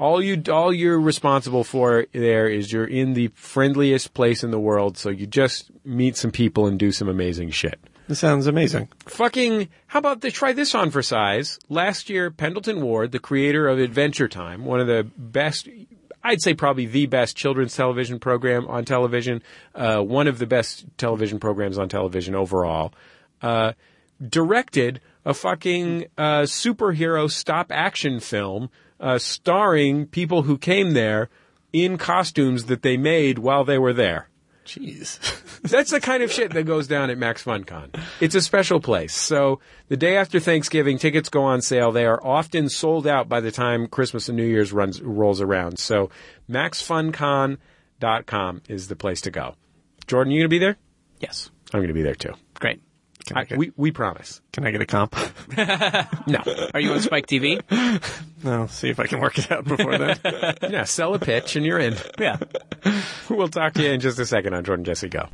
Speaker 2: All you all you're responsible for there is you're in the friendliest place in the world, so you just meet some people and do some amazing shit
Speaker 4: This sounds amazing.
Speaker 2: fucking how about they try this on for size last year pendleton ward the creator of adventure time one of the best i'd say probably the best children's television program on television uh, one of the best television programs on television overall uh, directed a fucking uh, superhero stop action film uh, starring people who came there in costumes that they made while they were there
Speaker 4: Jeez.
Speaker 2: that's the kind of shit that goes down at Max FunCon. It's a special place. So the day after Thanksgiving, tickets go on sale. They are often sold out by the time Christmas and New Year's runs rolls around. So maxfuncon.com is the place to go. Jordan, you gonna be there?
Speaker 3: yes.
Speaker 2: I'm gonna be there too.
Speaker 3: Great.
Speaker 4: Can I,
Speaker 2: I,
Speaker 4: get,
Speaker 2: we we promise.
Speaker 4: can I get a comp?
Speaker 2: No,
Speaker 3: Are you on Spike TV?
Speaker 4: No, see if I can work it out before then.
Speaker 2: yeah, sell a pitch and you're in.
Speaker 3: Yeah.
Speaker 2: We'll talk to you in just a second on Jordan Jesse Go.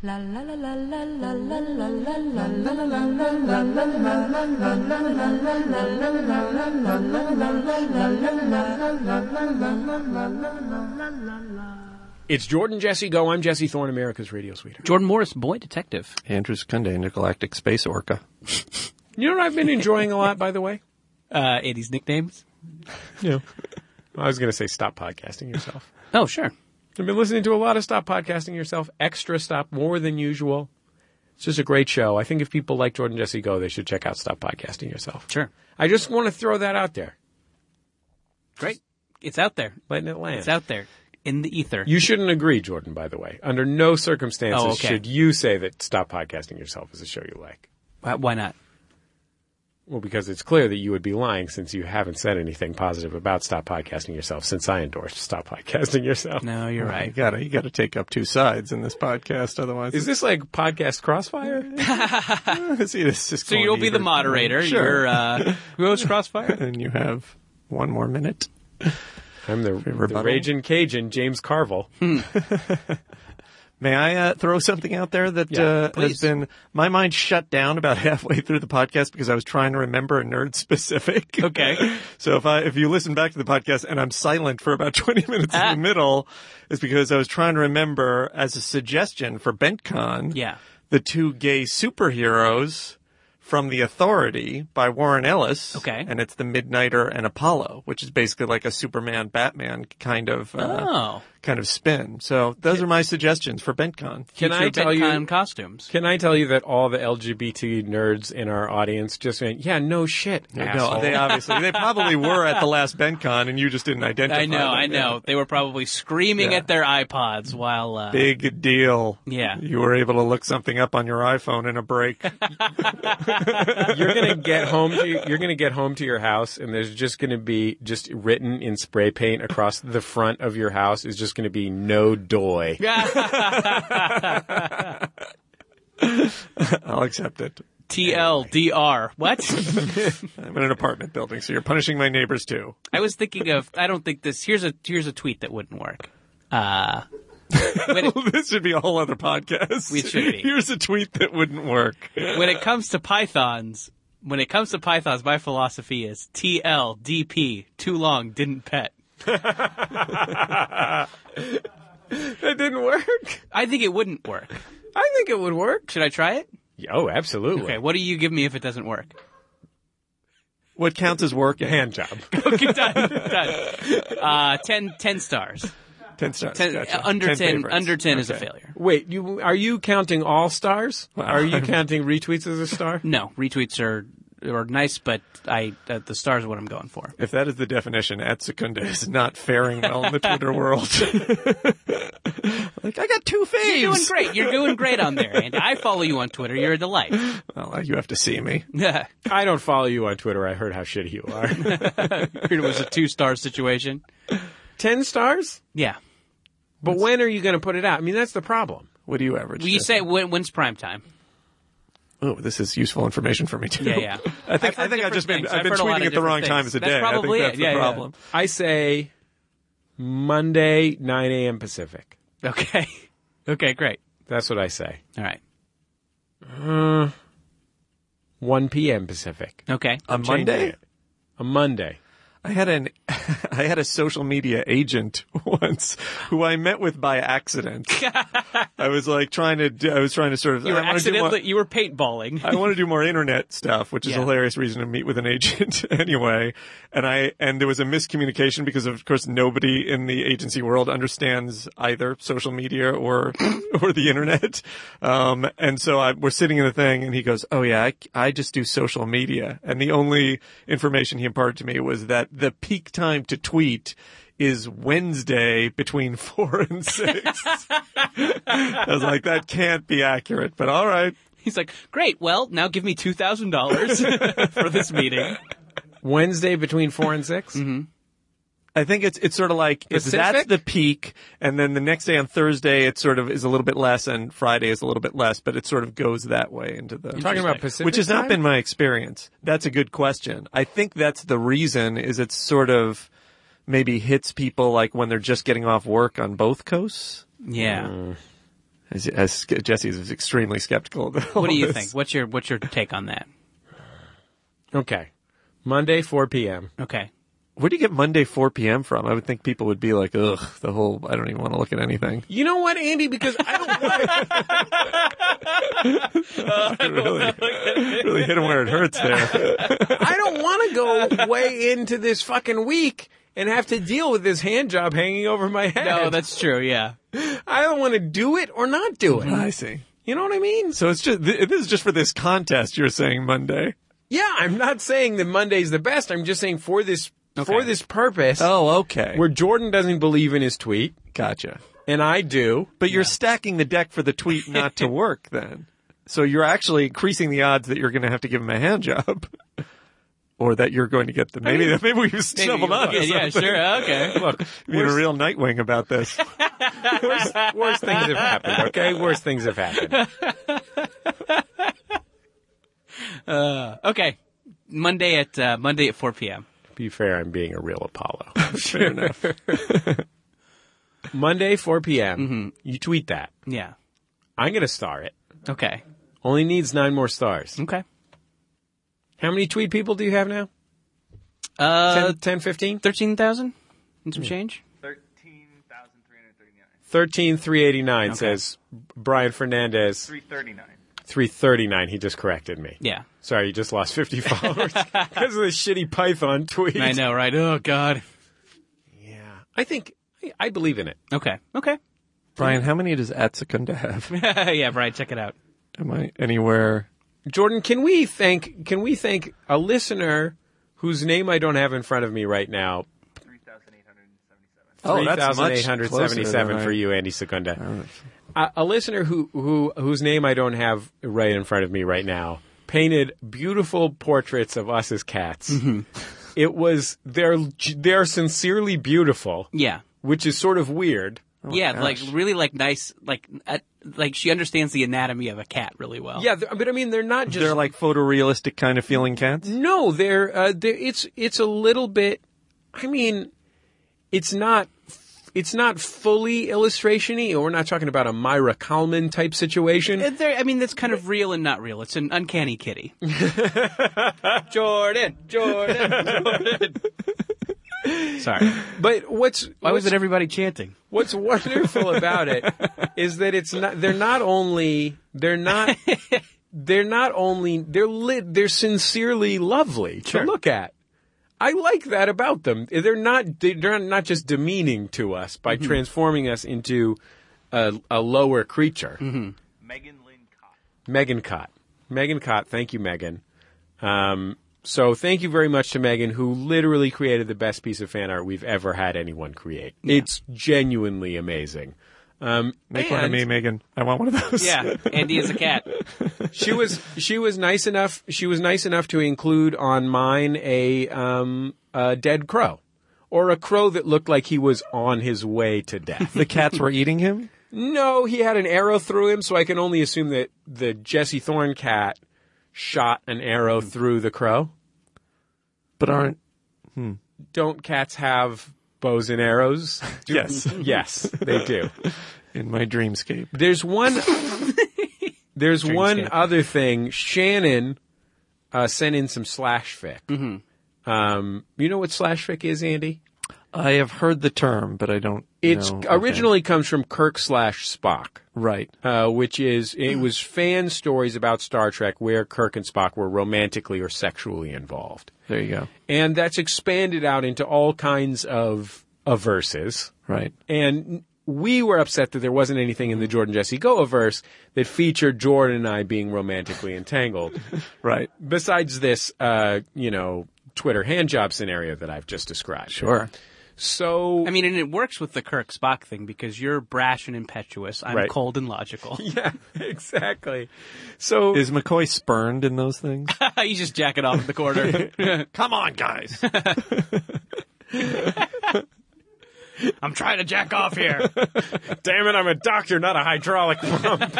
Speaker 2: It's Jordan Jesse Go. I'm Jesse Thorne, America's radio sweetheart.
Speaker 3: Jordan Morris, boy detective.
Speaker 4: Andrew Secunda, Intergalactic Space Orca.
Speaker 2: You know what I've been enjoying a lot, by the way?
Speaker 3: Uh, 80s nicknames?
Speaker 2: I was going to say stop podcasting yourself.
Speaker 3: Oh, sure.
Speaker 2: I've been listening to a lot of Stop Podcasting Yourself, extra stop, more than usual. It's just a great show. I think if people like Jordan Jesse Go, they should check out Stop Podcasting Yourself.
Speaker 3: Sure.
Speaker 2: I just want to throw that out there,
Speaker 3: Great. It's out there.
Speaker 2: letting it land.
Speaker 3: It's out there in the ether.
Speaker 2: you shouldn't agree, Jordan, by the way. Under no circumstances
Speaker 3: Oh, okay.
Speaker 2: should you say that Stop Podcasting Yourself is a show you like.
Speaker 3: Why, why not?
Speaker 2: Well, because it's clear that you would be lying since you haven't said anything positive about Stop Podcasting Yourself since I endorsed Stop Podcasting Yourself.
Speaker 3: No, you're
Speaker 4: You
Speaker 3: right.
Speaker 4: gotta, you gotta take up two sides in this podcast, otherwise.
Speaker 2: Is this like podcast crossfire?
Speaker 4: See, it's just
Speaker 3: So
Speaker 4: going
Speaker 3: you'll be the
Speaker 4: either-
Speaker 3: moderator.
Speaker 4: Sure.
Speaker 3: You're uh, who hosts Crossfire?
Speaker 4: and you have one more minute.
Speaker 2: I'm the, the
Speaker 4: Rebuttal?
Speaker 2: Raging Cajun, James Carville.
Speaker 4: May I uh, throw something out there that
Speaker 2: Yeah,
Speaker 4: uh,
Speaker 3: please.
Speaker 4: has been my mind shut down about halfway through the podcast because I was trying to remember a nerd specific.
Speaker 3: Okay.
Speaker 4: so if I if you listen back to the podcast and I'm silent for about 20 minutes
Speaker 3: Ah.
Speaker 4: in the middle, it's because I was trying to remember as a suggestion for BentCon.
Speaker 3: Yeah.
Speaker 4: The two gay superheroes from The Authority by Warren Ellis.
Speaker 3: Okay.
Speaker 4: And it's The Midnighter and Apollo, which is basically like a Superman Batman kind of uh,
Speaker 3: Oh,
Speaker 4: kind of spin. So those are my suggestions for BentCon.
Speaker 2: Can
Speaker 3: Future
Speaker 2: I tell
Speaker 3: VidCon
Speaker 2: you?
Speaker 3: costumes?
Speaker 2: Can I tell you that all the LGBT nerds in our audience just went, "Yeah, no shit, asshole."
Speaker 4: No, they obviously they probably were at the last BentCon and you just didn't identify.
Speaker 3: I know,
Speaker 4: them.
Speaker 3: I know. They were probably screaming
Speaker 4: Yeah.
Speaker 3: at their iPods while. Uh,
Speaker 4: Big deal.
Speaker 3: Yeah.
Speaker 4: You were able to look something up on your iPhone in a break.
Speaker 2: you're gonna get home to you're gonna get home to your house, and there's just gonna be just written in spray paint across the front of your house is just gonna be no doy.
Speaker 3: Yeah.
Speaker 4: I'll accept it.
Speaker 3: TLDR. What?
Speaker 4: I'm in an apartment building, so you're punishing my neighbors too.
Speaker 3: I was thinking of. I don't think this. Here's a here's a tweet that wouldn't work. Uh, when it,
Speaker 4: this should be a whole other podcast.
Speaker 3: We should be.
Speaker 4: Here's a tweet that wouldn't work.
Speaker 3: when it comes to pythons, when it comes to pythons, my philosophy is TLDP. Too long, didn't pet.
Speaker 2: That didn't work.
Speaker 3: I think it wouldn't work.
Speaker 2: I think it would work.
Speaker 3: Should I try it?
Speaker 2: Oh, absolutely.
Speaker 3: Okay. What do you give me if it doesn't work?
Speaker 4: What counts as work?
Speaker 2: Hand job.
Speaker 3: Okay, done. done. Uh, 10, 10 stars.
Speaker 4: Ten stars.
Speaker 3: Ten, uh,
Speaker 4: Gotcha.
Speaker 3: Under ten,
Speaker 4: favorites.
Speaker 3: under ten is a
Speaker 4: Okay.
Speaker 3: failure.
Speaker 2: Wait, you are you counting all stars? Are you counting retweets as a star?
Speaker 3: No, retweets are are nice, but I uh, the stars are what I'm going for.
Speaker 4: If that is the definition, at Secunda is not faring well in the Twitter world. like I got two faves.
Speaker 3: You're doing great. You're doing great on there, and I follow you on Twitter. You're a delight.
Speaker 4: Well, you have to see me.
Speaker 3: it
Speaker 2: I don't follow you on Twitter. I heard how shitty you are.
Speaker 3: was a two star situation.
Speaker 2: Ten stars?
Speaker 3: Yeah.
Speaker 2: But when are you going to put it out? I mean, that's the problem.
Speaker 4: What do you average?
Speaker 3: Well, you
Speaker 4: Jeff?
Speaker 3: say when, when's prime time?
Speaker 4: oh, this is useful information for me too.
Speaker 3: Yeah, yeah.
Speaker 4: I think I
Speaker 3: heard
Speaker 4: think I've just been
Speaker 3: different things.
Speaker 4: I've
Speaker 3: I've
Speaker 4: been
Speaker 3: heard a lot
Speaker 4: tweeting
Speaker 3: of
Speaker 4: at the wrong
Speaker 3: different
Speaker 4: time of the
Speaker 3: things.
Speaker 4: day.
Speaker 3: That's probably
Speaker 4: I
Speaker 3: it.
Speaker 4: think that's
Speaker 3: Yeah,
Speaker 4: the
Speaker 3: yeah.
Speaker 4: problem.
Speaker 2: I say Monday, 9 a.m. Pacific.
Speaker 3: Okay. Okay, great.
Speaker 2: That's what I say.
Speaker 3: All right.
Speaker 2: 1 p.m. Pacific.
Speaker 3: Okay.
Speaker 4: On Monday,
Speaker 2: A Monday.
Speaker 4: I had an I had a social media agent once who I met with by accident. I was like trying to do, I was trying to sort of
Speaker 3: You were
Speaker 4: I wanna do more-
Speaker 3: accidentally you were paintballing.
Speaker 4: I want to do more internet stuff, which is
Speaker 3: Yeah.
Speaker 4: a hilarious reason to meet with an agent anyway. And I and there was a miscommunication because of course nobody in the agency world understands either social media or or the internet. Um, and so I, we're sitting in the thing, and he goes, "Oh yeah, I, I just do social media." And the only information he imparted to me was that the peak time to tweet. Is Wednesday between four and six. I was like, that can't be accurate, but all right.
Speaker 3: He's like, "Great. Well, now give me two thousand dollars for this meeting."
Speaker 2: Wednesday between 4 and 6?
Speaker 4: Mm-hmm. I think it's it's sort of like if
Speaker 2: Pacific?
Speaker 4: that's the peak, and then the next day on Thursday it sort of is a little bit less, and Friday is a little bit less, but it sort of goes that way into the
Speaker 2: Talking about Pacific.
Speaker 4: which has not
Speaker 2: time?
Speaker 4: been my experience. That's a good question. I think that's the reason is it sort of maybe hits people like when they're just getting off work on both coasts.
Speaker 3: Yeah.
Speaker 4: As, as Jesse is extremely skeptical. Of all
Speaker 3: what do you
Speaker 4: this.
Speaker 3: think? What's your what's your take on that?
Speaker 2: Okay. Monday, 4 p.m.
Speaker 3: Okay.
Speaker 4: Where do you get Monday 4 p.m. from? I would think people would be like, ugh, the whole I don't even want to look at anything.
Speaker 2: You know what, Andy? Because I don't want
Speaker 4: really, really hit him where it hurts there.
Speaker 2: I don't want to go way into this fucking week and have to deal with this hand job hanging over my head.
Speaker 3: No, Oh, that's true. Yeah.
Speaker 2: I don't want to do it or not do it.
Speaker 4: I see.
Speaker 2: You know what I mean?
Speaker 4: So it's just th- this is just for this contest. You're saying Monday.
Speaker 2: Yeah, I'm not saying that Monday's the best. I'm just saying for this for this purpose,
Speaker 4: Oh, okay.
Speaker 2: where Jordan doesn't believe in his tweet
Speaker 4: gotcha.
Speaker 2: and I do.
Speaker 4: But you're stacking the deck for the tweet not to work then. So you're actually increasing the odds that you're going to have to give him a hand job, or that you're going to get the maybe maybe we've stumbled on.
Speaker 3: yeah,
Speaker 4: to
Speaker 3: yeah,
Speaker 4: something.
Speaker 3: sure. Okay.
Speaker 2: Look,
Speaker 4: Being a real Nightwing about this.
Speaker 2: worst, worst things have happened. Okay, worst things have happened.
Speaker 3: Okay. Monday at uh, Monday at 4 p.m.
Speaker 2: Be fair, I'm being a real Apollo.
Speaker 4: Fair enough.
Speaker 2: Monday, 4 p.m.
Speaker 3: Mm-hmm.
Speaker 2: You tweet that.
Speaker 3: Yeah.
Speaker 2: I'm gonna star it.
Speaker 3: Okay.
Speaker 2: Only needs nine more stars.
Speaker 3: Okay.
Speaker 2: How many tweet people do you have now?
Speaker 3: Uh,
Speaker 2: 10, 10 15?
Speaker 3: 13,000 and some change.
Speaker 9: 13,339.
Speaker 2: 13389 says Brian Fernandez
Speaker 9: 339.
Speaker 2: 339. He just corrected me.
Speaker 3: Yeah.
Speaker 2: Sorry, you just lost 50 followers because of this shitty Python tweet.
Speaker 3: I know, right? Oh, God.
Speaker 2: Yeah. I think I, I believe in it.
Speaker 3: Okay. Okay.
Speaker 4: Brian, how many does At Secunda have?
Speaker 3: yeah, Brian, check it out.
Speaker 4: Am I anywhere?
Speaker 2: Jordan, can we thank can we thank a listener whose name I don't have in front of me right now?
Speaker 9: 3,877.
Speaker 4: Oh, that's much closer
Speaker 2: 3,877
Speaker 4: than I-
Speaker 2: for you, Andy Secunda. A, a listener who, who whose name I don't have right in front of me right now painted beautiful portraits of us as cats.
Speaker 4: Mm-hmm.
Speaker 2: It was they're they're sincerely beautiful,
Speaker 3: Yeah.
Speaker 2: which is sort of weird.
Speaker 4: Oh,
Speaker 3: yeah,
Speaker 4: gosh.
Speaker 3: like really like nice, like uh, like she understands the anatomy of a cat really well.
Speaker 2: Yeah, th- but I mean, they're not just
Speaker 4: they're like photorealistic kind of feeling cats.
Speaker 2: No, they're, uh, they're it's it's a little bit. I mean, it's not it's not fully illustrationy. We're not talking about a Myra Kalman type situation.
Speaker 3: Uh, they're- I mean, that's kind of real and not real. It's an uncanny kitty.
Speaker 2: Jordan, Jordan, Jordan. Sorry, but what's
Speaker 3: Why
Speaker 2: what's,
Speaker 3: was it everybody chanting?
Speaker 2: what's wonderful about it is that it's not. They're not only they're not they're not only they're lit. They're sincerely lovely to look at. I like that about them. They're not they're not just demeaning to us by
Speaker 4: Mm-hmm.
Speaker 2: transforming us into a, a lower creature.
Speaker 4: Mm-hmm.
Speaker 9: Megan Lynn Cox.
Speaker 2: Megan Cott. Megan Cott. Thank you, Megan. Um, so thank you very much to Megan, who literally created the best piece of fan art we've ever had anyone create. It's genuinely amazing. Um,
Speaker 4: Make one of
Speaker 2: and
Speaker 4: me, Megan. I want one of those.
Speaker 3: Yeah, Andy is a cat.
Speaker 2: she was she was nice enough. She was nice enough to include on mine a um, a dead crow, or a crow that looked like he was on his way to death.
Speaker 4: the cats were eating him.
Speaker 2: No, he had an arrow through him, so I can only assume that the Jesse Thorn cat shot an arrow through the crow.
Speaker 4: But aren't
Speaker 2: Don't cats have bows and arrows?
Speaker 4: yes
Speaker 2: yes, they do.
Speaker 4: in my dreamscape.
Speaker 2: There's one. there's one other thing. Shannon uh, sent in some slash fic. Um, you know what slash fic is, Andy?
Speaker 4: I have heard the term, but I don't.
Speaker 2: It's
Speaker 4: know.
Speaker 2: originally comes from Kirk slash Spock.
Speaker 4: right.
Speaker 2: uh, which is it was fan stories about Star Trek where Kirk and Spock were romantically or sexually involved,
Speaker 4: There you go.
Speaker 2: and that's expanded out into all kinds of of verses.
Speaker 4: Right.
Speaker 2: And we were upset that there wasn't anything in the Jordan Jesse Goa verse that featured Jordan and I being romantically entangled.
Speaker 4: Right.
Speaker 2: Besides this, uh, you know, Twitter hand job scenario that I've just described.
Speaker 4: Sure.
Speaker 2: So
Speaker 3: I mean, and it works with the Kirk Spock thing because you're brash and impetuous. I'm
Speaker 2: Right.
Speaker 3: cold and logical.
Speaker 2: yeah, exactly. So
Speaker 4: Is McCoy spurned in those things?
Speaker 3: you just jack it off in the corner.
Speaker 4: Come on, guys.
Speaker 3: I'm trying to jack off here.
Speaker 2: Damn it, I'm a doctor, not a hydraulic pump.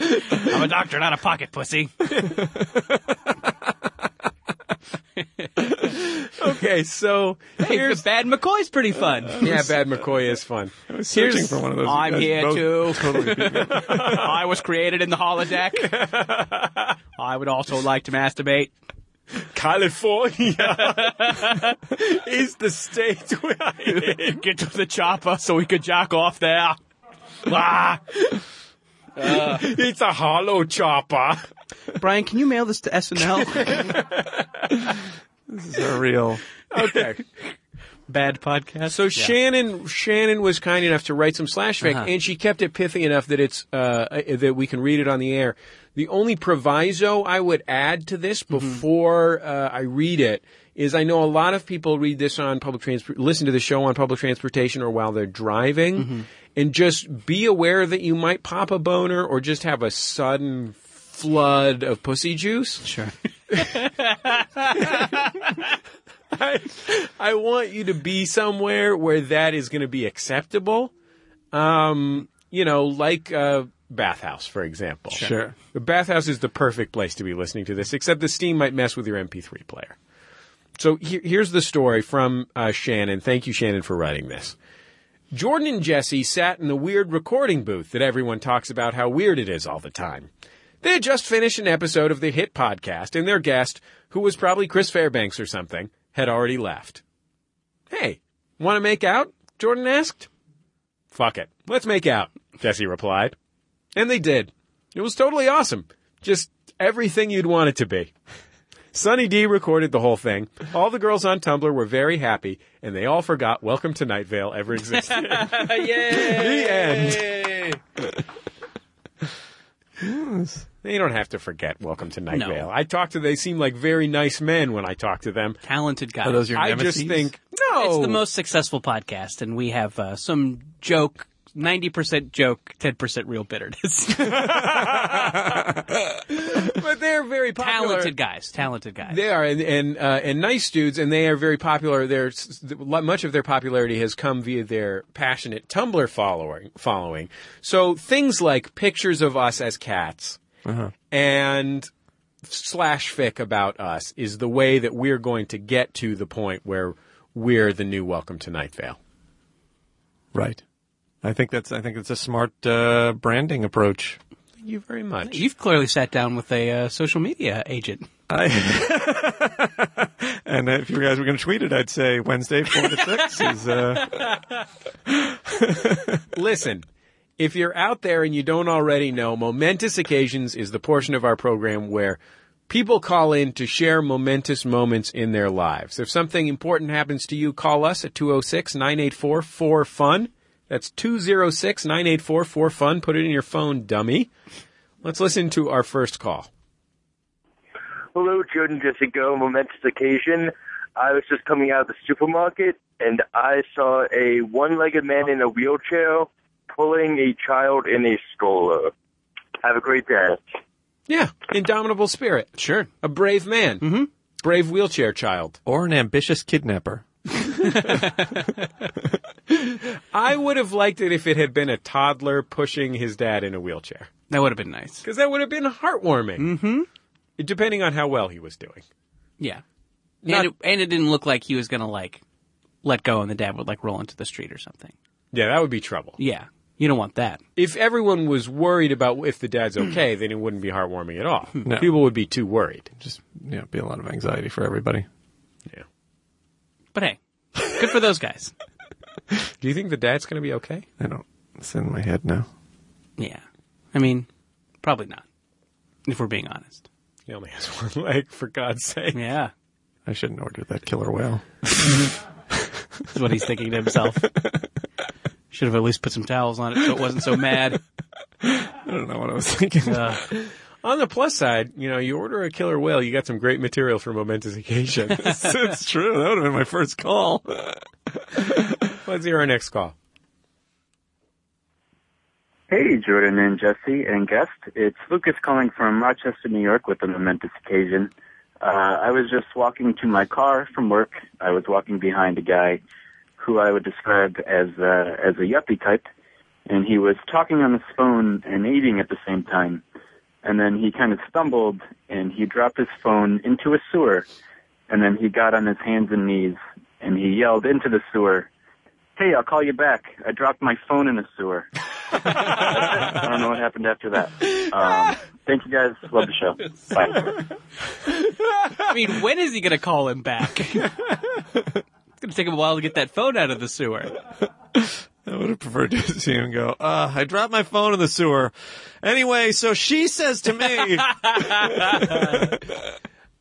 Speaker 3: I'm a doctor, not a pocket pussy.
Speaker 2: okay, so Uh,
Speaker 3: Here's the bad McCoy's pretty fun.
Speaker 2: yeah, Bad McCoy is fun.
Speaker 4: Searching for one of those.
Speaker 3: I'm
Speaker 4: guys.
Speaker 3: here
Speaker 4: Both-
Speaker 3: too.
Speaker 4: Totally be-
Speaker 3: I was created in the holodeck. I would also like to masturbate.
Speaker 2: California is the state where I live.
Speaker 3: Get to the chopper so we could jack off there. Ah.
Speaker 2: It's a hollow chopper.
Speaker 3: Brian, can you mail this to SNL?
Speaker 4: This is a real.
Speaker 2: Okay.
Speaker 3: Bad podcast.
Speaker 2: So Shannon Shannon was kind enough to write some slash fic, and she kept it pithy enough that it's uh, uh, that we can read it on the air. The only proviso I would add to this before uh, I read it is I know a lot of people read this on public transport, listen to the show on public transportation or while they're driving, and just be aware that you might pop a boner or just have a sudden flood of pussy juice. Sure. I, I want you to be somewhere where that is going to be acceptable. Um, you know, like uh, bathhouse, for example.
Speaker 4: Sure.
Speaker 2: The bathhouse is the perfect place to be listening to this, except the steam might mess with your MP3 player. So here, here's the story from uh, Shannon. Thank you, Shannon, for writing this. Jordan and Jesse sat in the weird recording booth that everyone talks about how weird it is all the time. They had just finished an episode of the hit podcast, and their guest, who was probably Chris Fairbanks or something, had already left. Hey, want to make out? Jordan asked. Fuck it. Let's make out, Jesse replied. And they did. It was totally awesome. Just everything you'd want it to be. Sunny D recorded the whole thing. All the girls on Tumblr were very happy, and they all forgot Welcome to Night Vale ever existed. The end. They don't have to forget Welcome to Night
Speaker 3: No.
Speaker 2: Vale. I talked to they seem like very nice men when I talk to them.
Speaker 3: Talented guy.
Speaker 4: Are those your
Speaker 2: I
Speaker 4: nemesis?
Speaker 2: just think no.
Speaker 3: It's the most successful podcast, and we have uh, some joke 90% joke, 10% real bitterness.
Speaker 2: but they're very popular.
Speaker 3: talented guys, talented guys.
Speaker 2: They are and and, uh, and nice dudes, and they are very popular. Their much of their popularity has come via their passionate Tumblr following. Following, so things like pictures of us as cats and slash fic about us is the way that we're going to get to the point where we're the new Welcome to Night Vale.
Speaker 4: Right. I think that's I think it's a smart uh, branding approach.
Speaker 2: Thank you very much.
Speaker 3: You've clearly sat down with a uh, social media agent.
Speaker 4: I, and if you guys were going to tweet it, I'd say Wednesday four to six is. Uh,
Speaker 2: Listen, if you're out there and you don't already know, Momentous Occasions is the portion of our program where people call in to share momentous moments in their lives. If something important happens to you, call us at 206 984 4FUN. That's 206 984 4FUN. Put it in your phone, dummy. Let's listen to our first call.
Speaker 10: Hello, Jordan Jessica, momentous occasion. I was just coming out of the supermarket and I saw a one legged man in a wheelchair pulling a child in a stroller. Have a great day.
Speaker 2: Yeah, Indomitable Spirit.
Speaker 3: Sure.
Speaker 2: A brave man. Mm-hmm. Brave wheelchair child.
Speaker 4: or an ambitious kidnapper.
Speaker 2: I would have liked it if it had been a toddler pushing his dad in a wheelchair.
Speaker 3: That would have been nice.
Speaker 2: because that would have been heartwarming. Mm-hmm. Depending on how well he was doing.
Speaker 3: Yeah.
Speaker 2: Not-
Speaker 3: and, it, and it didn't look like he was going to like let go and the dad would like roll into the street or something.
Speaker 2: Yeah, that would be trouble.
Speaker 3: Yeah. You don't want that.
Speaker 2: If everyone was worried about if the dad's okay, then it wouldn't be heartwarming at all. People would be too worried.
Speaker 4: Just yeah, be a lot of anxiety for everybody.
Speaker 2: Yeah.
Speaker 3: But hey, good for those guys.
Speaker 2: Do you think the dad's going to be okay?
Speaker 4: I don't. It's in my head now.
Speaker 3: Yeah. I mean, probably not, if we're being honest.
Speaker 2: He only has one leg, for God's sake.
Speaker 3: Yeah.
Speaker 4: I shouldn't order that killer whale.
Speaker 3: Is what he's thinking to himself. Should have at least put some towels on it so it wasn't so mad.
Speaker 4: I don't know what I was thinking.
Speaker 3: Uh,
Speaker 2: On the plus side, you know, you order a killer whale, you got some great material for momentous occasion.
Speaker 4: it's, it's true. That would have been my first call.
Speaker 2: Let's hear our next call.
Speaker 10: Hey, Jordan and Jesse and guest. It's Lucas calling from Rochester, New York with a momentous occasion. Uh, I was just walking to my car from work. I was walking behind a guy who I would describe as, uh, as a yuppie type. And he was talking on his phone and eating at the same time. And then he kind of stumbled and he dropped his phone into a sewer. And then he got on his hands and knees and he yelled into the sewer, Hey, I'll call you back. I dropped my phone in a sewer. I don't know what happened after that. Um, thank you guys. Love the show. Bye.
Speaker 3: I mean, when is he going to call him back? it's going to take him a while to get that phone out of the sewer.
Speaker 4: I would have preferred to see him go, uh, I dropped my phone in the sewer. Anyway, so she says to me,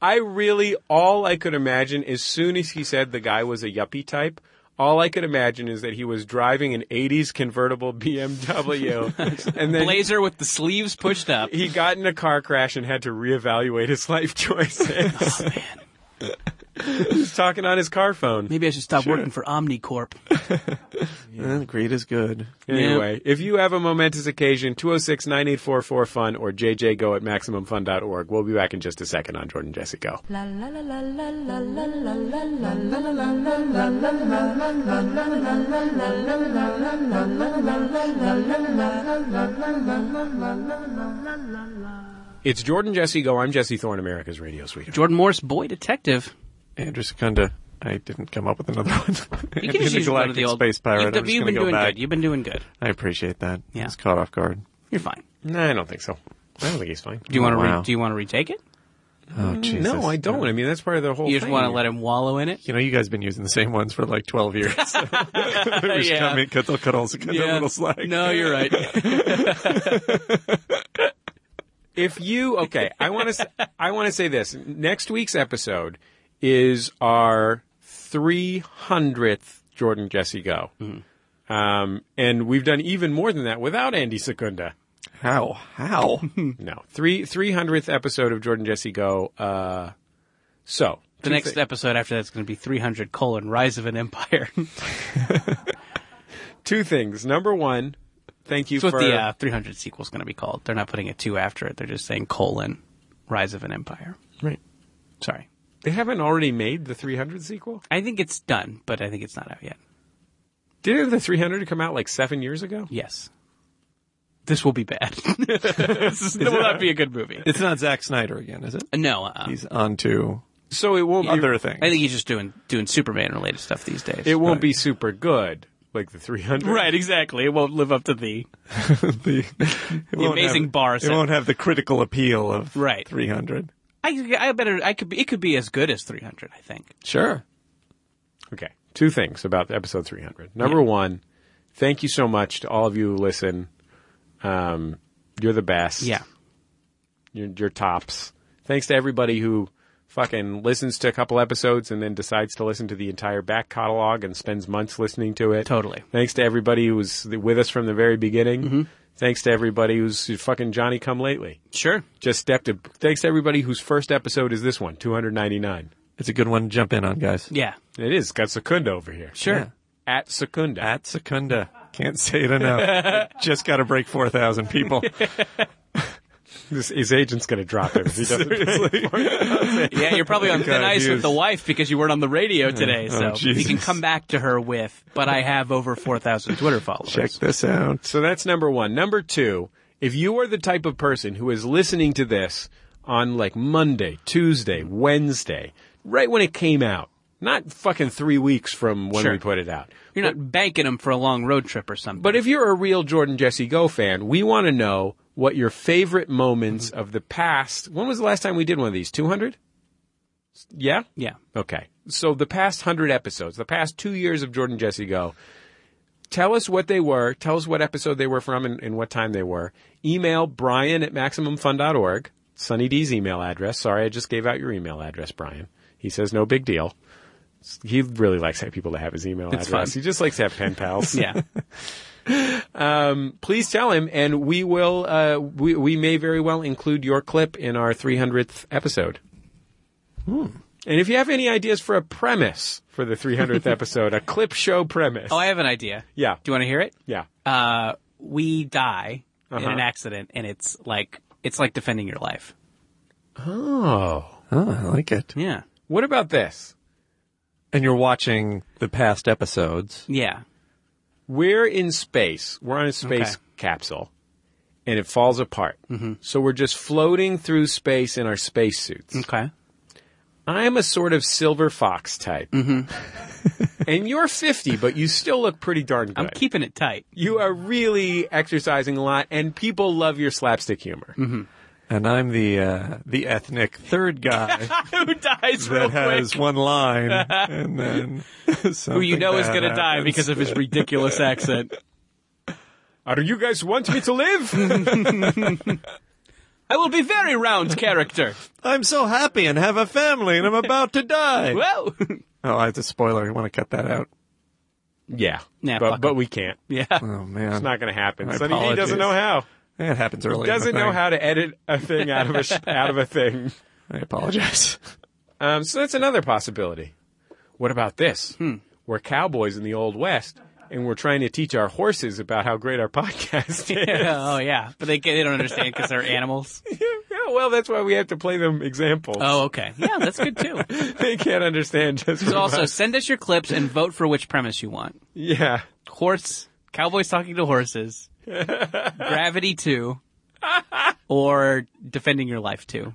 Speaker 2: I really, all I could imagine, as soon as he said the guy was a yuppie type, all I could imagine is that he was driving an 80s convertible BMW and then
Speaker 3: Blazer with the sleeves pushed up.
Speaker 2: he got in a car crash and had to reevaluate his life choices.
Speaker 3: Oh, man.
Speaker 2: He's talking on his car phone.
Speaker 3: Maybe I should stop working for OmniCorp.
Speaker 4: eh, greed is good.
Speaker 2: Anyway, if you have a momentous occasion, 206 9844 FUN or jjgo at MaximumFun.org. We'll be back in just a second on Jordan Jesse Go. It's Jordan Jesse Go. I'm Jesse Thorne, America's radio sweetheart.
Speaker 3: Jordan Morris, boy detective.
Speaker 4: Andrew Secunda, I didn't come up with another one.
Speaker 3: You
Speaker 4: Andy
Speaker 3: can just
Speaker 4: the
Speaker 3: use one of
Speaker 4: Galactic
Speaker 3: the old
Speaker 4: space pirate.
Speaker 3: You've,
Speaker 4: I'm just
Speaker 3: you've
Speaker 4: gonna
Speaker 3: been
Speaker 4: go
Speaker 3: doing
Speaker 4: back.
Speaker 3: good. You've been doing good.
Speaker 4: I appreciate that.
Speaker 3: Yeah.
Speaker 4: It's caught off guard.
Speaker 3: You're fine.
Speaker 2: No, I don't think so. I don't think he's fine.
Speaker 3: Do you want to?
Speaker 4: Oh, Wow.
Speaker 3: Re- do you want to retake it? Mm.
Speaker 4: Oh, Jesus.
Speaker 2: No, I don't. I mean, that's part of the whole
Speaker 3: You just
Speaker 2: thing
Speaker 3: want to
Speaker 2: here.
Speaker 3: let him wallow in it?
Speaker 4: You know, you guys have been using the same ones for like 12 years. So we should
Speaker 3: Yeah.
Speaker 4: come in, cut, they'll cut all cut a little slack.
Speaker 3: No, you're right.
Speaker 2: if you okay, I want to I want to say this. Next week's episode is our 300th Jordan Jesse Go.
Speaker 3: Mm-hmm.
Speaker 2: Um, and we've done even more than that without Andy Secunda.
Speaker 4: How? How?
Speaker 2: No, three 300th episode of Jordan Jesse Go. Uh, so
Speaker 3: the next episode after that's going to be 300 colon Rise of an Empire.
Speaker 2: two things. Number one, Thank you
Speaker 3: That's
Speaker 2: for
Speaker 3: what the uh, 300 sequel is going to be called. They're not putting a two after it. They're just saying colon Rise of an Empire.
Speaker 2: right.
Speaker 3: Sorry,
Speaker 2: They haven't already made the 300 sequel.
Speaker 3: I think it's done, but I think it's not out yet.
Speaker 2: Didn't the 300 come out like seven years ago?
Speaker 3: Yes, this will be bad. this is, will not be a good movie.
Speaker 4: It's not Zack Snyder again, is it?
Speaker 3: No, uh,
Speaker 4: He's on to
Speaker 2: So it won't be
Speaker 4: other things.
Speaker 3: I think he's just doing doing Superman related stuff these days.
Speaker 2: it won't be super good like the 300.
Speaker 3: right, exactly. It won't live up to the
Speaker 4: the, it won't
Speaker 3: amazing
Speaker 4: have,
Speaker 3: bar
Speaker 4: It
Speaker 3: set.
Speaker 4: won't have the critical appeal of
Speaker 3: Right.
Speaker 4: 300.
Speaker 3: I, I better. I could. Be, it could be as good as 300. I think.
Speaker 4: Sure.
Speaker 2: Okay. Two things about episode 300. Number one, thank you so much to all of you who listen. Um, you're the best.
Speaker 3: Yeah.
Speaker 2: You're, you're tops. Thanks to everybody who fucking listens to a couple episodes and then decides to listen to the entire back catalog and spends months listening to it.
Speaker 3: Totally.
Speaker 2: Thanks to everybody who was with us from the very beginning. Thanks to everybody who's fucking Johnny come lately.
Speaker 3: Sure.
Speaker 2: Just stepped up. Thanks to everybody whose first episode is this one, 299.
Speaker 4: It's a good one to jump in on, guys.
Speaker 3: Yeah.
Speaker 2: It is. Got Secunda over here.
Speaker 3: Sure.
Speaker 4: Yeah.
Speaker 2: At Secunda.
Speaker 4: At Secunda. Can't say it enough. Just got to break 4,000 people.
Speaker 2: This, his agent's going to drop him if he doesn't. pay for it.
Speaker 3: Yeah, you're probably on thin
Speaker 4: God,
Speaker 3: ice
Speaker 4: he
Speaker 3: with
Speaker 4: is-
Speaker 3: the wife because you weren't on the radio today. So
Speaker 4: oh,
Speaker 3: you can
Speaker 4: Jesus.
Speaker 3: come back to her with, but I have over 4,000 Twitter followers.
Speaker 4: Check this out.
Speaker 2: so that's number one. Number two, if you are the type of person who is listening to this on like Monday, Tuesday, Wednesday, right when it came out, not fucking three weeks from when
Speaker 3: Sure.
Speaker 2: we put it out.
Speaker 3: You're not banking them for a long road trip or something.
Speaker 2: But if you're a real Jordan Jesse Go fan, we want to know what your favorite moments of the past. When was the last time we did one of these? 200? Yeah?
Speaker 3: yeah,
Speaker 2: Okay. So the past 100 episodes, the past two years of Jordan Jesse Go, tell us what they were. Tell us what episode they were from and, and what time they were. Email brian at maximumfun.org. Sunny D's email address. Sorry, I just gave out your email address, Brian. He says no big deal. He really likes people to have his email
Speaker 3: It's
Speaker 2: address.
Speaker 3: fun.
Speaker 2: He just likes to have pen pals.
Speaker 3: yeah,
Speaker 2: Please tell him, and we will. Uh, we we may very well include your clip in our 300th episode.
Speaker 3: Hmm.
Speaker 2: And if you have any ideas for a premise for the 300th episode, a clip show premise.
Speaker 3: oh, I have an idea.
Speaker 2: Yeah.
Speaker 3: Do you want to hear it?
Speaker 2: yeah.
Speaker 3: Uh, we die in an accident and it's like, it's like defending your life.
Speaker 2: Oh.
Speaker 4: Oh, I like it.
Speaker 3: Yeah.
Speaker 2: What about this?
Speaker 4: And you're watching the past episodes.
Speaker 3: Yeah.
Speaker 2: We're in space. We're on a space
Speaker 3: Okay. Mm-hmm.
Speaker 2: capsule, and it falls apart. So we're just floating through space in our spacesuits.
Speaker 3: Okay.
Speaker 2: I'm a sort of silver fox type. and you're 50, but you still look pretty darn good.
Speaker 3: Mm-hmm. I'm keeping it tight.
Speaker 2: you are really exercising a lot, and people love your slapstick humor.
Speaker 3: Mm-hmm.
Speaker 4: And I'm the uh, the ethnic third guy
Speaker 3: Who dies real
Speaker 4: that
Speaker 3: quick?
Speaker 4: has one line and then
Speaker 3: Who you know is going to die because of his ridiculous accent.
Speaker 2: Uh, Do you guys want me to live?
Speaker 3: I will be very round character.
Speaker 4: I'm so happy and have a family and I'm about to die.
Speaker 3: Well,
Speaker 4: Oh, I have a spoiler. You want to cut that out?
Speaker 2: yeah,
Speaker 3: Nah, fuck
Speaker 2: but
Speaker 3: 'em.
Speaker 2: but we can't.
Speaker 3: yeah.
Speaker 4: Oh man,
Speaker 2: It's not going to happen.
Speaker 4: My
Speaker 2: Sonny D doesn't
Speaker 4: apologies.
Speaker 2: know how.
Speaker 4: It happens early. in the
Speaker 2: Doesn't know
Speaker 4: thing.
Speaker 2: how to edit a thing out of a sh- out of a thing.
Speaker 4: I apologize.
Speaker 2: Um, so that's another possibility. What about this?
Speaker 3: Hmm.
Speaker 2: We're cowboys in the old west, and we're trying to teach our horses about how great our podcast is.
Speaker 3: oh yeah, but they get- they don't understand because they're animals.
Speaker 2: yeah, well, that's why we have to play them examples.
Speaker 3: Oh okay, yeah, that's good too.
Speaker 2: They can't understand just
Speaker 3: So
Speaker 2: from
Speaker 3: also
Speaker 2: us.
Speaker 3: send us your clips and vote for which premise you want:
Speaker 2: yeah.
Speaker 3: horse, cowboys talking to horses, Gravity Two, or defending your life too.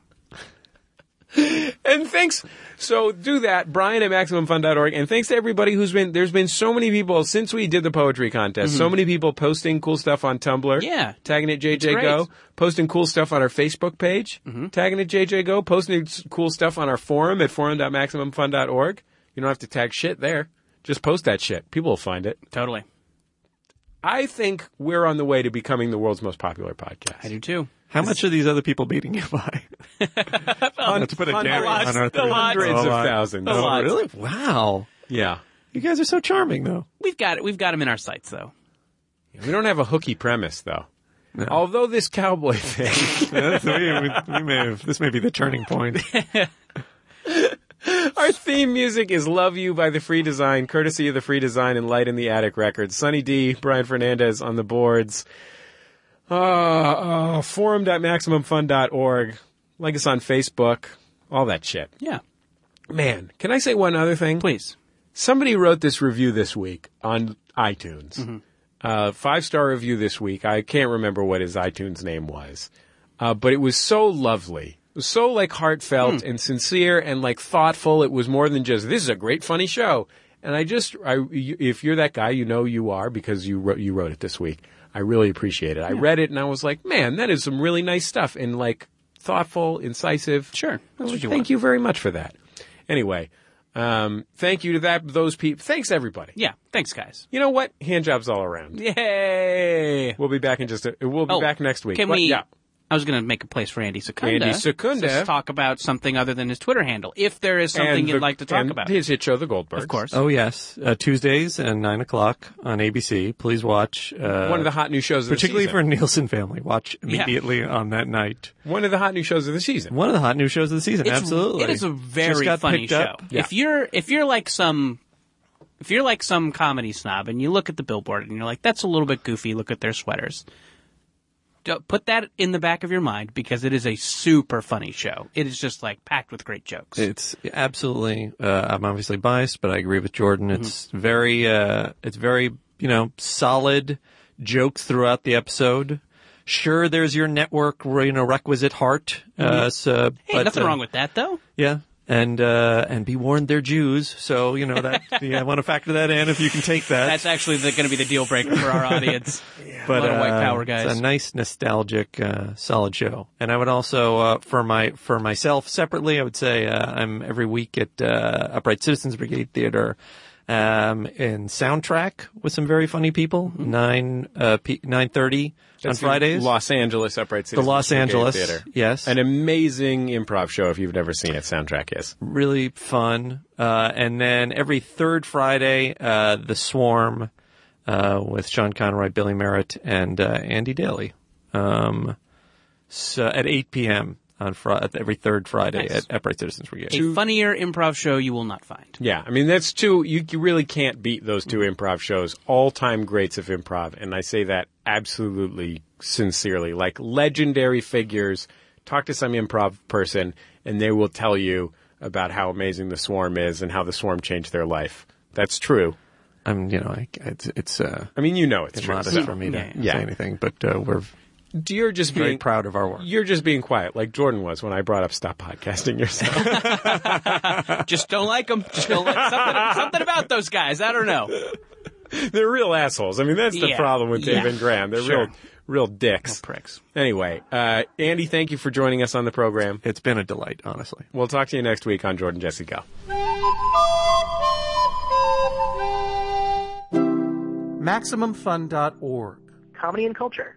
Speaker 2: And thanks. So do that, Brian at MaximumFun.org. And thanks to everybody who's been, there's been so many people since we did the poetry contest, so many people posting cool stuff on Tumblr.
Speaker 3: Yeah.
Speaker 2: Tagging it JJ
Speaker 3: great.
Speaker 2: Go. Posting cool stuff on our Facebook page. Tagging it JJ Go. Posting s- cool stuff on our forum at forum.maximumfun.org. You don't have to tag shit there. Just post that shit. People will find it.
Speaker 3: Totally,
Speaker 2: I think we're on the way to becoming the world's most popular podcast.
Speaker 3: I do too.
Speaker 4: How much are these other people beating you by? Let's put a
Speaker 2: hundreds-
Speaker 4: damper on our
Speaker 2: the
Speaker 4: third-
Speaker 2: hundreds
Speaker 4: Oh,
Speaker 2: of
Speaker 4: I-
Speaker 2: thousands.
Speaker 4: Oh,
Speaker 2: The lots.
Speaker 4: really? Wow.
Speaker 2: Yeah.
Speaker 4: You guys are so charming, though.
Speaker 3: We've got it. We've got them in our sights though.
Speaker 2: We don't have a hooky premise though. Although this cowboy thing,
Speaker 4: That's- we, we- we may have, this may be the turning point.
Speaker 2: our theme music is Love You by The Free Design, courtesy of The Free Design and Light in the Attic Records. Sonny D, Brian Fernandez on the boards. Uh, uh, forum.maximumfun.org. Like us on Facebook. All that shit.
Speaker 3: Yeah.
Speaker 2: Man, can I say one other thing?
Speaker 3: Please.
Speaker 2: Somebody wrote this review this week on iTunes. Uh, Five star review this week. I can't remember what his iTunes name was, uh, but it was so lovely. It was so like heartfelt and sincere and like thoughtful. It was more than just this is a great funny show. And I just, I, you- if you're that guy, you know you are because you wrote you wrote it this week. I really appreciate it. I read it and I was like, man, that is some really nice stuff and like thoughtful, incisive.
Speaker 3: Sure. That's what you
Speaker 2: Thank
Speaker 3: want.
Speaker 2: you very much for that. Anyway, um, thank you to that those people. Thanks everybody.
Speaker 3: Yeah. Thanks, guys.
Speaker 2: You know what? Hand jobs all around.
Speaker 3: Yay.
Speaker 2: We'll be back in just a. We'll be
Speaker 3: Oh,
Speaker 2: back next week.
Speaker 3: Can
Speaker 2: What-
Speaker 3: we?
Speaker 2: Yeah.
Speaker 3: I was going to make a place for Andy Secunda.
Speaker 2: Andy Secunda.
Speaker 3: So Let's talk about something other than his Twitter handle, if there is something
Speaker 2: And
Speaker 3: you'd
Speaker 2: the-
Speaker 3: like to talk
Speaker 2: and
Speaker 3: about.
Speaker 2: His hit show, The Goldbergs.
Speaker 3: of course.
Speaker 4: Oh yes, uh, Tuesdays and nine o'clock on ABC. Please watch. Uh,
Speaker 2: One of the hot new shows of
Speaker 4: particularly
Speaker 2: the
Speaker 4: for
Speaker 2: season.
Speaker 4: Nielsen family. Watch immediately on that night.
Speaker 2: One of the hot new shows of the season.
Speaker 4: One of the hot new shows of the season. absolutely,
Speaker 3: It is a
Speaker 4: Just
Speaker 3: very
Speaker 4: got
Speaker 3: funny
Speaker 4: picked
Speaker 3: show.
Speaker 4: up.
Speaker 3: If you're if you're like some if you're like some comedy snob and you look at the billboard and you're like, that's a little bit goofy. Look at their sweaters. D- Put that in the back of your mind because it is a super funny show. It is just like packed with great jokes.
Speaker 4: It's absolutely. Uh, I'm obviously biased, but I agree with Jordan.
Speaker 3: Mm-hmm.
Speaker 4: It's very. Uh, it's very. You know, solid jokes throughout the episode. Sure, there's your network. You know, requisite heart. Uh, so,
Speaker 3: Mm-hmm. hey,
Speaker 4: but,
Speaker 3: nothing
Speaker 4: uh,
Speaker 3: wrong with that though.
Speaker 4: Yeah. And uh, and be warned, they're Jews. So you know that yeah, I want to factor that in if you can take that.
Speaker 3: That's actually going to be the deal breaker for our audience.
Speaker 4: but
Speaker 3: lot of white
Speaker 4: uh,
Speaker 3: power guys.
Speaker 4: It's a nice nostalgic, uh, solid show. And I would also uh, for my for myself separately, I would say uh, I'm every week at uh, Upright Citizens Brigade Theater. Um, in soundtrack with some very funny people,
Speaker 3: Mm-hmm.
Speaker 4: nine, uh, p- nine thirty on
Speaker 2: That's the
Speaker 4: Fridays.
Speaker 2: Los Angeles Upright Citizens
Speaker 4: Los
Speaker 2: Brigade
Speaker 4: Angeles,
Speaker 2: Theater.
Speaker 4: yes.
Speaker 2: An amazing improv show if you've never seen it. Soundtrack is.
Speaker 4: really fun. Uh, and then every third Friday, uh, The Swarm uh, with Sean Conroy, Billy Merritt, and uh, Andy Daly. Um, so at 8 p.m. on fr- every third Friday
Speaker 3: Nice.
Speaker 4: at Upright Citizens Brigade.
Speaker 3: A funnier improv show you will not find.
Speaker 2: Yeah. I mean, that's two, you, you really can't beat those two improv shows. All time greats of improv. And I say that absolutely sincerely. Like legendary figures. Talk to some improv person and they will tell you about how amazing the swarm is and how the swarm changed their life. That's true.
Speaker 4: I'm, you know, I, it's it's uh,
Speaker 2: I mean, you know it's true.
Speaker 4: modest
Speaker 2: So,
Speaker 4: for me to
Speaker 3: Yeah,
Speaker 2: yeah.
Speaker 4: say anything, but uh, we're
Speaker 2: you're just
Speaker 4: very
Speaker 2: being
Speaker 4: proud of our work.
Speaker 2: You're just being quiet, like Jordan was when I brought up stop podcasting yourself.
Speaker 3: Just don't like them. Just don't like something, something about those guys. I don't know.
Speaker 2: They're real assholes. I mean, that's the
Speaker 3: Yeah.
Speaker 2: problem with Dave
Speaker 3: Yeah.
Speaker 2: and Graham. They're
Speaker 3: Sure.
Speaker 2: real, real dicks.
Speaker 3: Pricks.
Speaker 2: Anyway, uh, Andy, thank you for joining us on the program.
Speaker 4: it's been a delight, honestly.
Speaker 2: We'll talk to you next week on Jordan Jesse Go.
Speaker 11: MaximumFun.org.
Speaker 9: Comedy and culture.